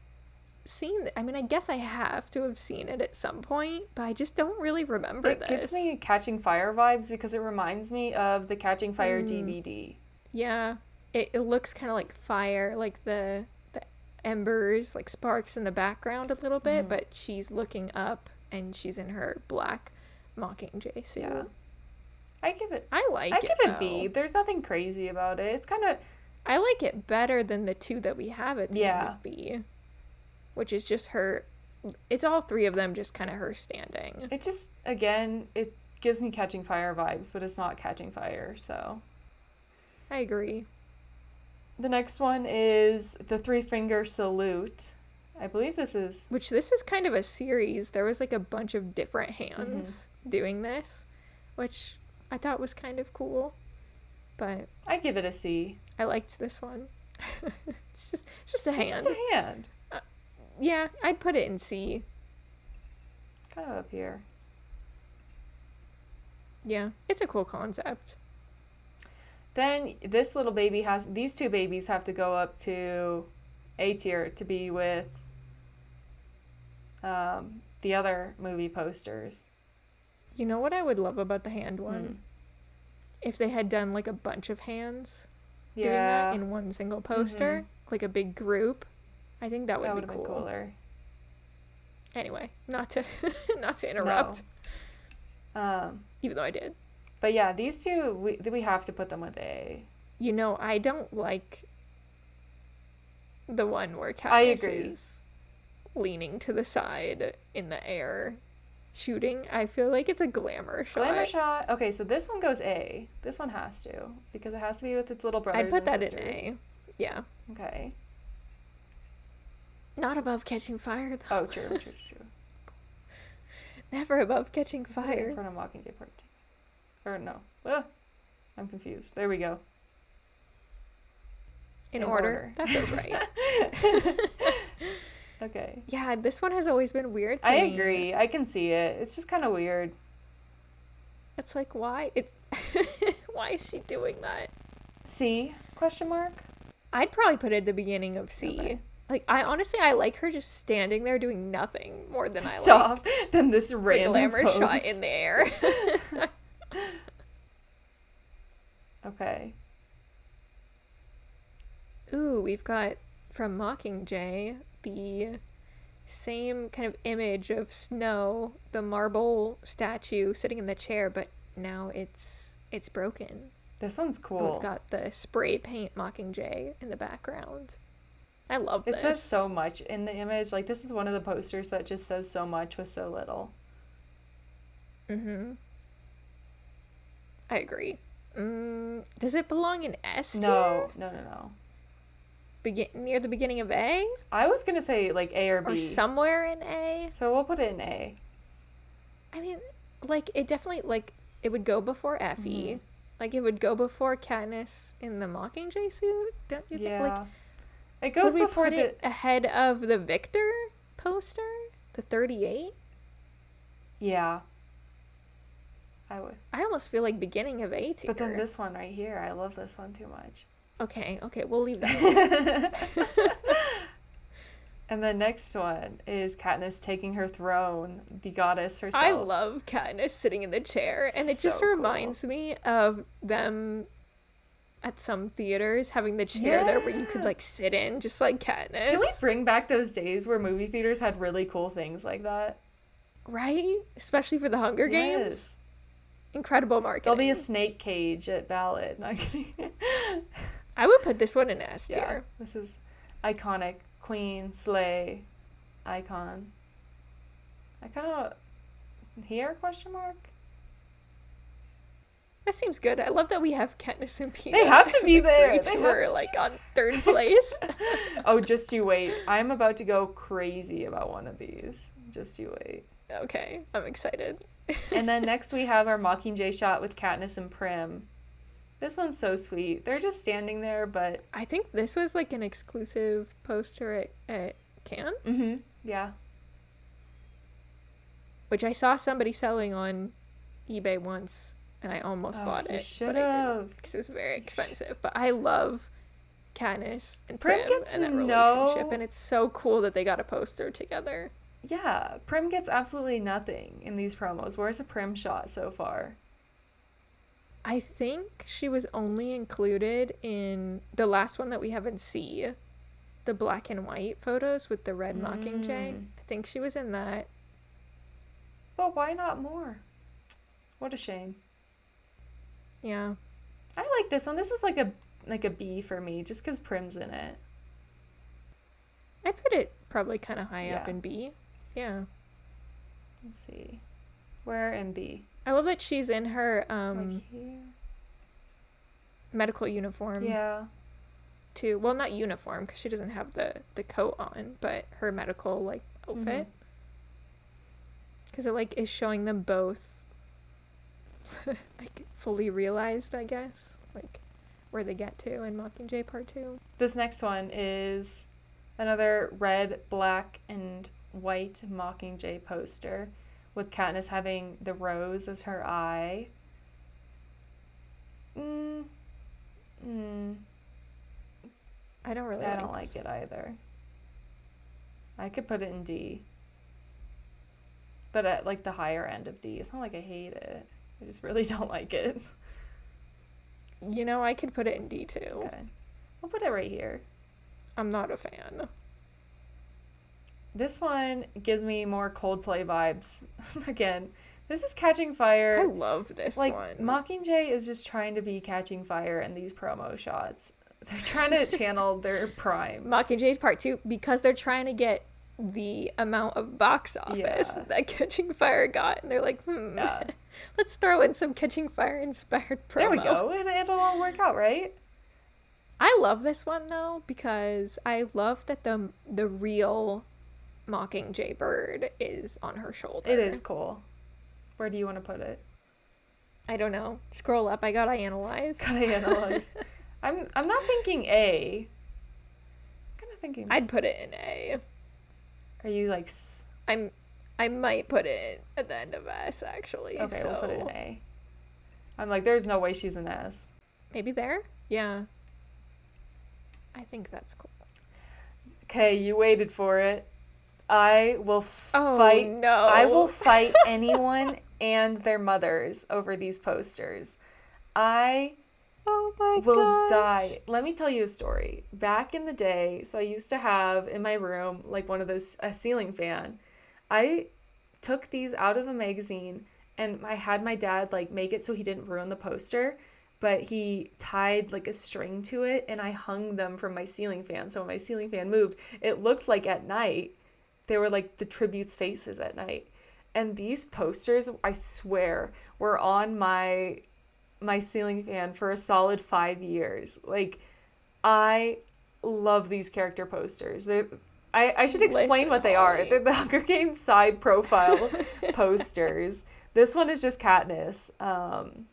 [SPEAKER 2] seen. th- I mean, I guess I have to have seen it at some point, but I just don't really remember
[SPEAKER 1] it
[SPEAKER 2] this.
[SPEAKER 1] gives me Catching Fire vibes because it reminds me of the Catching
[SPEAKER 2] Mm.
[SPEAKER 1] Fire DVD.
[SPEAKER 2] Yeah, it, it looks kind of like fire, like the the embers, like sparks in the background a little bit,
[SPEAKER 1] Mm-hmm.
[SPEAKER 2] but she's looking up and she's in her black mockingjay suit.
[SPEAKER 1] Yeah. I give it.
[SPEAKER 2] I like
[SPEAKER 1] I
[SPEAKER 2] it.
[SPEAKER 1] give it
[SPEAKER 2] though.
[SPEAKER 1] B. There's nothing crazy about it. It's kind of
[SPEAKER 2] I like it better than the two that we have at the end
[SPEAKER 1] Yeah.
[SPEAKER 2] of B, which is just her. It's all three of them, just kind of her standing.
[SPEAKER 1] It just again, it gives me catching fire vibes, but it's not catching fire. So
[SPEAKER 2] I agree.
[SPEAKER 1] the next one is the three finger salute. I believe this is
[SPEAKER 2] Which this is kind of a series. There was like a bunch of different hands
[SPEAKER 1] Mm-hmm.
[SPEAKER 2] doing this, which I thought was kind of cool. But
[SPEAKER 1] I give it a C.
[SPEAKER 2] I liked this one. it's just it's just a hand.
[SPEAKER 1] It's just a hand.
[SPEAKER 2] Yeah, I'd put it in C.
[SPEAKER 1] Kind of up here.
[SPEAKER 2] Yeah, it's a cool concept.
[SPEAKER 1] Then this little baby has these two babies have to go up to A tier to be with um, the other movie posters. Mm.
[SPEAKER 2] You know what I would love about the hand one? If they had done like a bunch of hands doing
[SPEAKER 1] Yeah, Mm-hmm.
[SPEAKER 2] that in one single poster, like a big group, I think that would
[SPEAKER 1] that
[SPEAKER 2] be
[SPEAKER 1] would have
[SPEAKER 2] cool.
[SPEAKER 1] been cooler.
[SPEAKER 2] Anyway, not to not to
[SPEAKER 1] No.
[SPEAKER 2] interrupt,
[SPEAKER 1] Um,
[SPEAKER 2] even though I did.
[SPEAKER 1] But yeah, these two we we have to put them with A.
[SPEAKER 2] You know, I don't like the one where Katniss
[SPEAKER 1] I agree.
[SPEAKER 2] is leaning to the side in the air shooting. I feel like it's a glamour shot.
[SPEAKER 1] Glamour Oh, shot. Okay, so this one goes A. This one has to because it has to be with its little brothers.
[SPEAKER 2] I'd put
[SPEAKER 1] and
[SPEAKER 2] that
[SPEAKER 1] sisters.
[SPEAKER 2] in A. Yeah.
[SPEAKER 1] Okay.
[SPEAKER 2] Not above catching fire though.
[SPEAKER 1] Oh, true, true, true. true.
[SPEAKER 2] Never above catching
[SPEAKER 1] Put it
[SPEAKER 2] fire.
[SPEAKER 1] In front of Mockingjay Part Two. Or no. Ah, I'm confused. There we go.
[SPEAKER 2] In,
[SPEAKER 1] In
[SPEAKER 2] order.
[SPEAKER 1] order.
[SPEAKER 2] That feels right.
[SPEAKER 1] Okay.
[SPEAKER 2] yeah, this one has always been weird to
[SPEAKER 1] I
[SPEAKER 2] me.
[SPEAKER 1] agree. I can see it. It's just kind of weird.
[SPEAKER 2] It's like why it why is she doing that?
[SPEAKER 1] C? Question mark.
[SPEAKER 2] I'd probably put it at the beginning of C. Like I honestly I like her just standing there doing nothing more than I like
[SPEAKER 1] Stop. Then this
[SPEAKER 2] the
[SPEAKER 1] random
[SPEAKER 2] glamour
[SPEAKER 1] pose.
[SPEAKER 2] shot in the air.
[SPEAKER 1] Okay.
[SPEAKER 2] Ooh, we've got from Mockingjay the same kind of image of Snow, the marble statue sitting in the chair, but now it's it's broken.
[SPEAKER 1] This one's
[SPEAKER 2] And
[SPEAKER 1] cool.
[SPEAKER 2] We've got the spray paint Mockingjay in the background. I love
[SPEAKER 1] it
[SPEAKER 2] this.
[SPEAKER 1] says so much in the image. Like this is one of the posters that just says so much with so little.
[SPEAKER 2] Mm-hmm. I agree. Mm, does it belong in S?
[SPEAKER 1] No, no, no, no.
[SPEAKER 2] Begin near the beginning of A
[SPEAKER 1] I was gonna say like A or B.
[SPEAKER 2] or somewhere in A?
[SPEAKER 1] So we'll put it in A.
[SPEAKER 2] I mean, like it definitely like it would go before Effie.
[SPEAKER 1] Mm-hmm.
[SPEAKER 2] Like it would go before Katniss in the Mockingjay suit, don't you think?
[SPEAKER 1] Yeah.
[SPEAKER 2] Like
[SPEAKER 1] it
[SPEAKER 2] would
[SPEAKER 1] goes
[SPEAKER 2] we
[SPEAKER 1] before
[SPEAKER 2] put
[SPEAKER 1] the
[SPEAKER 2] it ahead of the Victor poster, the thirty-eight?
[SPEAKER 1] Yeah. I would.
[SPEAKER 2] I almost feel like beginning of A tier.
[SPEAKER 1] But then this one right here, I love this one too much.
[SPEAKER 2] okay, okay, we'll leave that. alone.
[SPEAKER 1] and the next one is Katniss taking her throne, the goddess herself.
[SPEAKER 2] I love Katniss sitting in the chair, and it just
[SPEAKER 1] So cool.
[SPEAKER 2] reminds me of them at some theaters having the chair there where you could
[SPEAKER 1] Yeah.
[SPEAKER 2] like sit in, just like Katniss,
[SPEAKER 1] Can we bring back those days where movie theaters had really cool things like that?
[SPEAKER 2] right? Especially for the Hunger Games,
[SPEAKER 1] Yes.
[SPEAKER 2] incredible marketing.
[SPEAKER 1] There'll be a snake cage at Ballad. Not kidding.
[SPEAKER 2] I would put this one in S
[SPEAKER 1] yeah,
[SPEAKER 2] tier.
[SPEAKER 1] this is iconic. Queen, slay, icon. I kind of here question mark.
[SPEAKER 2] That seems good. I love that we have Katniss and Peeta.
[SPEAKER 1] have to be
[SPEAKER 2] Like, three
[SPEAKER 1] there. They
[SPEAKER 2] two
[SPEAKER 1] have-
[SPEAKER 2] are like on third place.
[SPEAKER 1] Oh, just you wait. I'm about to go crazy about one of these. Just you wait.
[SPEAKER 2] okay, I'm excited.
[SPEAKER 1] And then next we have our Mockingjay shot with Katniss and Prim. This one's so sweet. They're just standing there, but
[SPEAKER 2] I think this was like an exclusive poster at, at Cannes.
[SPEAKER 1] hmm yeah,
[SPEAKER 2] which I saw somebody selling on eBay once, and I almost
[SPEAKER 1] Oh,
[SPEAKER 2] bought
[SPEAKER 1] you
[SPEAKER 2] it,
[SPEAKER 1] should
[SPEAKER 2] but I
[SPEAKER 1] have.
[SPEAKER 2] didn't because it was very
[SPEAKER 1] sh-
[SPEAKER 2] expensive. But I love Katniss and
[SPEAKER 1] Prim
[SPEAKER 2] Prim,
[SPEAKER 1] gets
[SPEAKER 2] and that
[SPEAKER 1] to
[SPEAKER 2] relationship,
[SPEAKER 1] know-
[SPEAKER 2] and it's so cool that they got a poster together.
[SPEAKER 1] yeah. Prim gets absolutely nothing in these promos. Where's a Prim shot so far?
[SPEAKER 2] I think she was only included in the last one that we haven't seen, the black and white photos with the red Mockingjay.
[SPEAKER 1] Mm.
[SPEAKER 2] I think she was in that.
[SPEAKER 1] But why not more? What a shame.
[SPEAKER 2] Yeah,
[SPEAKER 1] I like this one. This is like a like a B for me, just because Prim's in it.
[SPEAKER 2] I put it probably kind of high up
[SPEAKER 1] Yeah.
[SPEAKER 2] in B. Yeah.
[SPEAKER 1] Let's see, where in B?
[SPEAKER 2] I love that she's in her um,
[SPEAKER 1] Like here.
[SPEAKER 2] medical uniform.
[SPEAKER 1] Yeah.
[SPEAKER 2] to well not uniform because she doesn't have the the coat on but her medical like outfit
[SPEAKER 1] Mm-hmm.
[SPEAKER 2] because it like is showing them both like fully realized i guess like where they get to in mockingjay part two
[SPEAKER 1] This next one is another red, black, and white Mockingjay poster with Katniss having the rose as her eye. Mm. Mm.
[SPEAKER 2] i don't really
[SPEAKER 1] I
[SPEAKER 2] like
[SPEAKER 1] don't like it either. I could put it in D. But at like the higher end of D. It's not like I hate it. I just really don't like it.
[SPEAKER 2] it you know i could put it in d2
[SPEAKER 1] Okay. We'll put it right here.
[SPEAKER 2] i'm not a fan
[SPEAKER 1] This one gives me more Coldplay vibes. Again, this is catching
[SPEAKER 2] i
[SPEAKER 1] fire.
[SPEAKER 2] love this
[SPEAKER 1] like
[SPEAKER 2] one
[SPEAKER 1] Mockingjay is just trying to be catching fire in these promo shots. They're trying to channel their prime.
[SPEAKER 2] mockingjay's part two because they're trying to get the amount of box office
[SPEAKER 1] Yeah.
[SPEAKER 2] that catching fire got and they're like hmm
[SPEAKER 1] Yeah.
[SPEAKER 2] Let's throw in some Catching Fire inspired promo.
[SPEAKER 1] There we go. It, it'll all work out, right?
[SPEAKER 2] I love this one though because I love that the the real Mockingjay bird is on her shoulder.
[SPEAKER 1] It is cool. Where do you want to put it?
[SPEAKER 2] I don't know. Scroll up. I gotta analyze.
[SPEAKER 1] Gotta analyze. I'm I'm not thinking A. I'm kind of thinking.
[SPEAKER 2] I'd put it in A.
[SPEAKER 1] Are you like? s-
[SPEAKER 2] I'm. I might put it at the end of S actually.
[SPEAKER 1] Okay,
[SPEAKER 2] so
[SPEAKER 1] we'll put it in A. I'm like, there's no way she's an S.
[SPEAKER 2] maybe there. Yeah. I think that's cool.
[SPEAKER 1] Okay, you waited for it. I will
[SPEAKER 2] Oh,
[SPEAKER 1] fight.
[SPEAKER 2] no.
[SPEAKER 1] I will fight anyone and their mothers over these posters. I
[SPEAKER 2] Oh my
[SPEAKER 1] will
[SPEAKER 2] gosh.
[SPEAKER 1] die. Let me tell you a story. Back in the day, so I used to have in my room like one of those a ceiling fan. I took these out of a magazine and I had my dad like make it so he didn't ruin the poster, but he tied like a string to it and I hung them from my ceiling fan. So when my ceiling fan moved, it looked like at night they were like the tributes faces at night. And these posters, I swear, were on my my ceiling fan for a solid five years. Like, I love these character posters. They're, I, I should explain
[SPEAKER 2] Listen,
[SPEAKER 1] what they are.
[SPEAKER 2] Holly.
[SPEAKER 1] They're the Hunger Games side profile posters. This one is just Katniss. Um,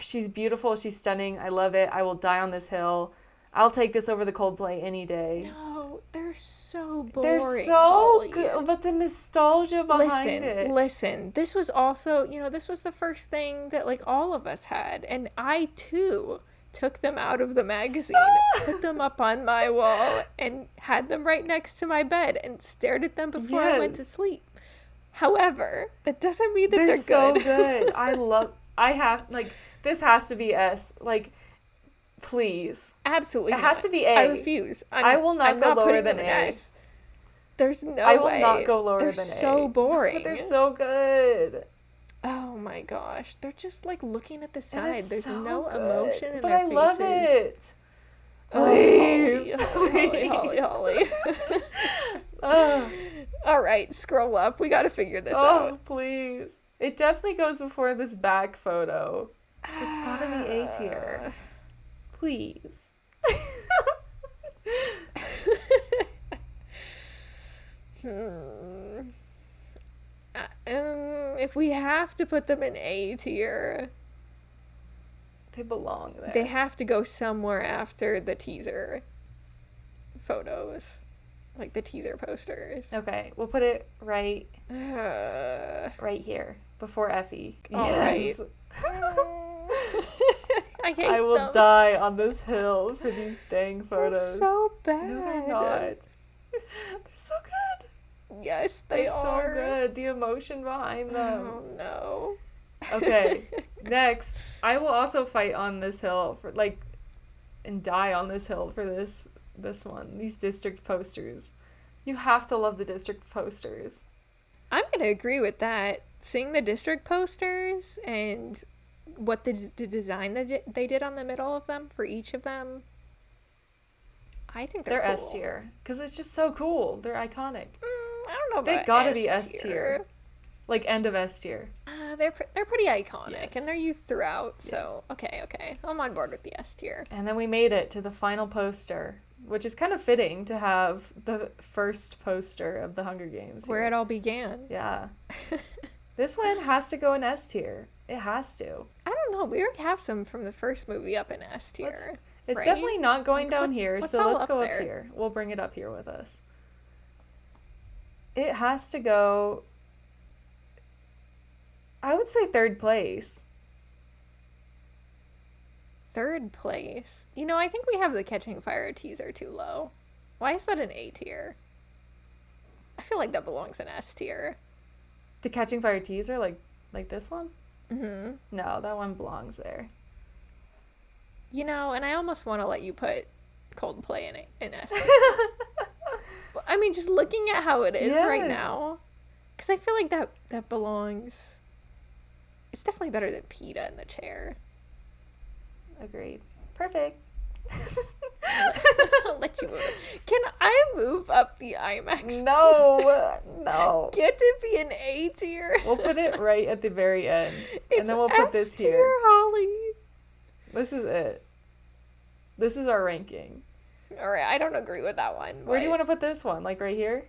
[SPEAKER 1] she's beautiful. She's stunning. I love it. I will die on this hill. I'll take this over the Coldplay any day.
[SPEAKER 2] No, they're so
[SPEAKER 1] They're
[SPEAKER 2] boring.
[SPEAKER 1] so
[SPEAKER 2] Holly.
[SPEAKER 1] good, but the nostalgia behind
[SPEAKER 2] Listen,
[SPEAKER 1] it.
[SPEAKER 2] listen. This was also, you know, this was the first thing that like all of us had, and I too took them out of the magazine, put them up on my wall, and had them right next to my bed, and stared at them before I went to
[SPEAKER 1] Yes.
[SPEAKER 2] sleep. However, that doesn't mean that they're,
[SPEAKER 1] they're, so
[SPEAKER 2] good.
[SPEAKER 1] good. I love. I have like this has to be S. Like, please,
[SPEAKER 2] Absolutely,
[SPEAKER 1] it has
[SPEAKER 2] not.
[SPEAKER 1] to be A.
[SPEAKER 2] I refuse. I'm,
[SPEAKER 1] I will not
[SPEAKER 2] I'm
[SPEAKER 1] go lower
[SPEAKER 2] putting them
[SPEAKER 1] than
[SPEAKER 2] in
[SPEAKER 1] A.
[SPEAKER 2] S. There's no
[SPEAKER 1] I will
[SPEAKER 2] way.
[SPEAKER 1] not go lower
[SPEAKER 2] they're
[SPEAKER 1] than A.
[SPEAKER 2] So
[SPEAKER 1] No,
[SPEAKER 2] boring.
[SPEAKER 1] But they're so good.
[SPEAKER 2] Oh my gosh, they're just like looking at the
[SPEAKER 1] And
[SPEAKER 2] side.
[SPEAKER 1] it's
[SPEAKER 2] There's
[SPEAKER 1] so
[SPEAKER 2] no
[SPEAKER 1] good.
[SPEAKER 2] emotion in
[SPEAKER 1] but
[SPEAKER 2] their
[SPEAKER 1] I love
[SPEAKER 2] faces.
[SPEAKER 1] it.
[SPEAKER 2] Oh, Holly,
[SPEAKER 1] Please,
[SPEAKER 2] Holly, Holly, Holly, Holly.
[SPEAKER 1] Ugh.
[SPEAKER 2] All right, scroll up. We got to figure this
[SPEAKER 1] oh,
[SPEAKER 2] oh. out.
[SPEAKER 1] please. It definitely goes before this back photo. It's gotta be A tier. Please.
[SPEAKER 2] Hmm. Uh, um, if we have to put them in A tier,
[SPEAKER 1] They belong there.
[SPEAKER 2] they have to go somewhere after the teaser photos, like the teaser posters.
[SPEAKER 1] okay, we'll put it right
[SPEAKER 2] Uh,
[SPEAKER 1] right here before Effie.
[SPEAKER 2] All
[SPEAKER 1] Yes.
[SPEAKER 2] I hate
[SPEAKER 1] I will
[SPEAKER 2] them.
[SPEAKER 1] die on this hill for these dang
[SPEAKER 2] They're
[SPEAKER 1] photos.
[SPEAKER 2] so bad.
[SPEAKER 1] no, they're not. They're so good.
[SPEAKER 2] Yes, they
[SPEAKER 1] They're
[SPEAKER 2] are.
[SPEAKER 1] so good. The emotion behind them.
[SPEAKER 2] Oh no. Uh-huh.
[SPEAKER 1] Okay. Next, I will also fight on this hill for like, and die on this hill for this this one. These district posters. You have to love the district posters.
[SPEAKER 2] I'm gonna agree with that. Seeing the district posters and what the, d- the design that di- they did on the middle of them for each of them, I think
[SPEAKER 1] They're,
[SPEAKER 2] they're, cool.
[SPEAKER 1] S tier because it's just so cool. They're iconic.
[SPEAKER 2] Mm, I don't know.
[SPEAKER 1] They
[SPEAKER 2] about
[SPEAKER 1] gotta be S
[SPEAKER 2] S
[SPEAKER 1] tier. Like end of S tier.
[SPEAKER 2] Uh, they're pre- they're pretty iconic
[SPEAKER 1] Yes.
[SPEAKER 2] and they're used throughout. So okay, okay, I'm on board with the S tier.
[SPEAKER 1] And then we made it to the final poster, which is kind of fitting to have the first poster of the Hunger Games.
[SPEAKER 2] Where
[SPEAKER 1] here.
[SPEAKER 2] it all began.
[SPEAKER 1] Yeah. this one has to go in S tier. It has to.
[SPEAKER 2] I don't know. We already have some from the first movie up in S tier.
[SPEAKER 1] It's
[SPEAKER 2] Right?
[SPEAKER 1] definitely not going
[SPEAKER 2] Like,
[SPEAKER 1] down
[SPEAKER 2] what's-
[SPEAKER 1] here,
[SPEAKER 2] what's
[SPEAKER 1] so
[SPEAKER 2] all
[SPEAKER 1] let's
[SPEAKER 2] up
[SPEAKER 1] go
[SPEAKER 2] there?
[SPEAKER 1] up here. We'll bring it up here with us. It has to go. I would say third place.
[SPEAKER 2] Third place. You know, I think we have the Catching Fire teaser too low. Why is that an A tier? I feel like that belongs in S tier.
[SPEAKER 1] The Catching Fire teaser, like like this one?
[SPEAKER 2] hmm
[SPEAKER 1] No, that one belongs there.
[SPEAKER 2] You know, and I almost want to let you put Coldplay in it in S. tier. Well, I mean, just looking at how it is right
[SPEAKER 1] Yes.
[SPEAKER 2] now, because I feel like that that belongs. It's definitely better than Peta in the chair.
[SPEAKER 1] Agreed. Perfect.
[SPEAKER 2] I'll let you move. it. Can I move up the IMAX? poster?
[SPEAKER 1] No, no.
[SPEAKER 2] Get it be an A tier.
[SPEAKER 1] We'll put it right at the very end.
[SPEAKER 2] It's
[SPEAKER 1] then we'll put this
[SPEAKER 2] S-tier,
[SPEAKER 1] here.
[SPEAKER 2] Holly.
[SPEAKER 1] This is it. This is our ranking.
[SPEAKER 2] All right, I don't agree with that one.
[SPEAKER 1] Where do you want to put this one? Like right here?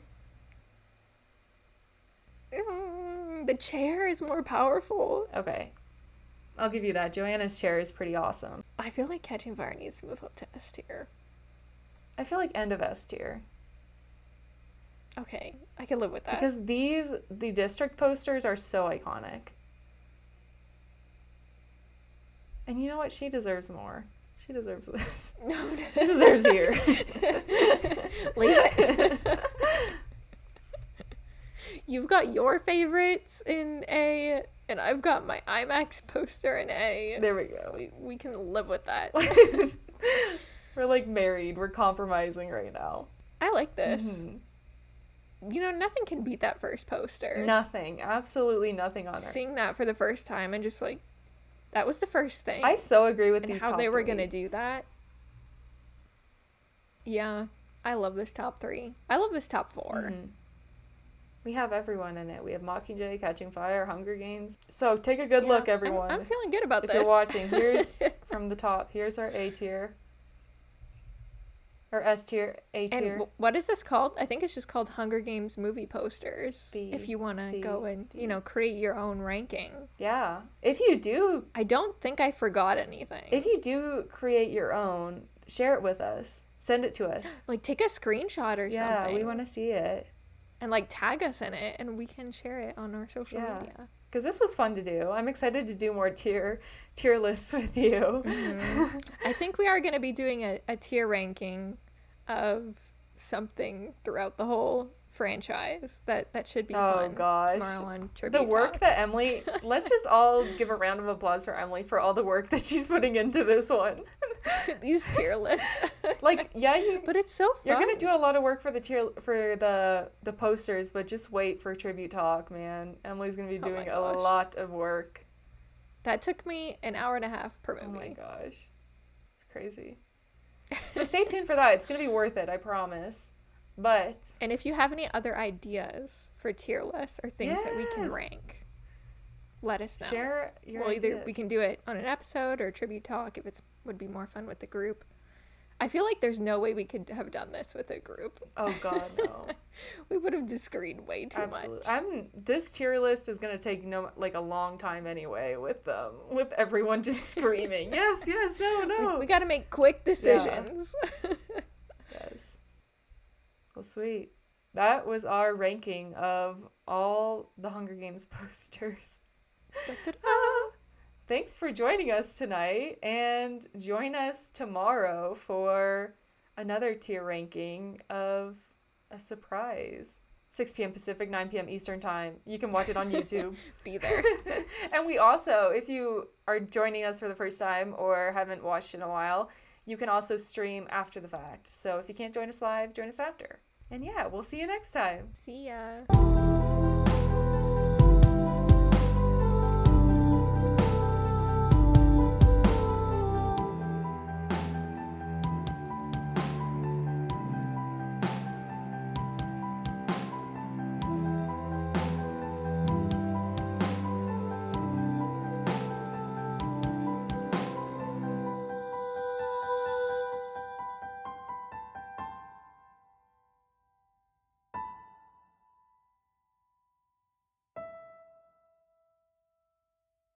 [SPEAKER 2] to? mm, The chair is more powerful.
[SPEAKER 1] Okay. I'll give you that. Joanna's chair is pretty awesome.
[SPEAKER 2] I feel like Catching Fire needs to move up to S tier.
[SPEAKER 1] I feel like end of S tier
[SPEAKER 2] Okay, I can live with that.
[SPEAKER 1] because these the district posters are so iconic. And you know what? She deserves more. She deserves this.
[SPEAKER 2] No, no.
[SPEAKER 1] She deserves here.
[SPEAKER 2] Leave it. You've got your favorites in A, and I've got my IMAX poster in A.
[SPEAKER 1] There we go.
[SPEAKER 2] We, we can live with that.
[SPEAKER 1] We're like married. We're compromising right now.
[SPEAKER 2] I like this.
[SPEAKER 1] Mhm.
[SPEAKER 2] You know, nothing can beat that first poster.
[SPEAKER 1] Nothing. Absolutely nothing on there.
[SPEAKER 2] Seeing that for the first time and just like, that was the first thing.
[SPEAKER 1] I so agree with
[SPEAKER 2] and
[SPEAKER 1] these.
[SPEAKER 2] how they
[SPEAKER 1] top
[SPEAKER 2] were going to
[SPEAKER 1] three.
[SPEAKER 2] do that. Yeah, I love this top three. I love this top 4
[SPEAKER 1] Mhm. We have everyone in it. We have Mockingjay, Catching Fire, Hunger Games. So take a good
[SPEAKER 2] Yeah,
[SPEAKER 1] look,
[SPEAKER 2] I'm-
[SPEAKER 1] everyone.
[SPEAKER 2] I'm, feeling good about
[SPEAKER 1] if
[SPEAKER 2] this.
[SPEAKER 1] you're watching, here's from the top. Here's our A tier. Or S tier, A
[SPEAKER 2] and
[SPEAKER 1] tier.
[SPEAKER 2] wh- what is this called? I think it's just called Hunger Games movie posters.
[SPEAKER 1] B,
[SPEAKER 2] if you want to
[SPEAKER 1] C,
[SPEAKER 2] go and
[SPEAKER 1] D.
[SPEAKER 2] you know create your own ranking,
[SPEAKER 1] Yeah. If you do
[SPEAKER 2] I don't think I forgot anything.
[SPEAKER 1] if you do create your own, share it with us. Send it to us.
[SPEAKER 2] like take a screenshot or
[SPEAKER 1] yeah,
[SPEAKER 2] something,
[SPEAKER 1] we want to see it.
[SPEAKER 2] and like tag us in it, and we can share it on our social
[SPEAKER 1] Yeah.
[SPEAKER 2] media.
[SPEAKER 1] Cuz this was fun to do. I'm excited to do more tier tier lists with you.
[SPEAKER 2] Mm-hmm. I think we are going to be doing a, a tier ranking of something throughout the whole franchise. That that should be
[SPEAKER 1] oh
[SPEAKER 2] fun.
[SPEAKER 1] gosh.
[SPEAKER 2] Tomorrow on Tribute
[SPEAKER 1] The work
[SPEAKER 2] Talk.
[SPEAKER 1] that Emily, let's just all give a round of applause for Emily for all the work that she's putting into this one.
[SPEAKER 2] these tier lists.
[SPEAKER 1] Like, yeah, you
[SPEAKER 2] but it's so fun.
[SPEAKER 1] You're gonna do a lot of work for the cheer for the the posters, but just wait for tribute talk, man. Emily's gonna be
[SPEAKER 2] Oh my
[SPEAKER 1] doing a
[SPEAKER 2] gosh.
[SPEAKER 1] lot of work.
[SPEAKER 2] That took me an hour and a half per
[SPEAKER 1] Oh my
[SPEAKER 2] movie.
[SPEAKER 1] gosh, it's crazy. So stay tuned for that. It's gonna be worth it, I promise. But
[SPEAKER 2] and if you have any other ideas for tier lists or things that we can
[SPEAKER 1] Yes.
[SPEAKER 2] rank, let us know.
[SPEAKER 1] share your
[SPEAKER 2] well, either we
[SPEAKER 1] ideas.
[SPEAKER 2] can do it on an episode or a tribute talk if it's would be more fun with the group. I feel like there's no way we could have done this with a group.
[SPEAKER 1] Oh God, no!
[SPEAKER 2] We would have just screened way too
[SPEAKER 1] Absolutely,
[SPEAKER 2] much.
[SPEAKER 1] I'm. This tier list is gonna take no like a long time anyway. With them, with everyone just screaming, yes, yes, no,
[SPEAKER 2] We-
[SPEAKER 1] no.
[SPEAKER 2] We, got to make quick decisions.
[SPEAKER 1] Yes. Well, sweet. That was our ranking of all the Hunger Games posters.
[SPEAKER 2] Da-da-da.
[SPEAKER 1] Thanks for joining us tonight, and join us tomorrow for another tier ranking of a surprise. 6 p.m. Pacific, 9 p.m. Eastern Time. You can watch it on YouTube.
[SPEAKER 2] Be there.
[SPEAKER 1] and we also, if you are joining us for the first time or haven't watched in a while, you can also stream after the fact. So if you can't join us live, join us after. And yeah, we'll see you next time.
[SPEAKER 2] See ya.
[SPEAKER 3] Thank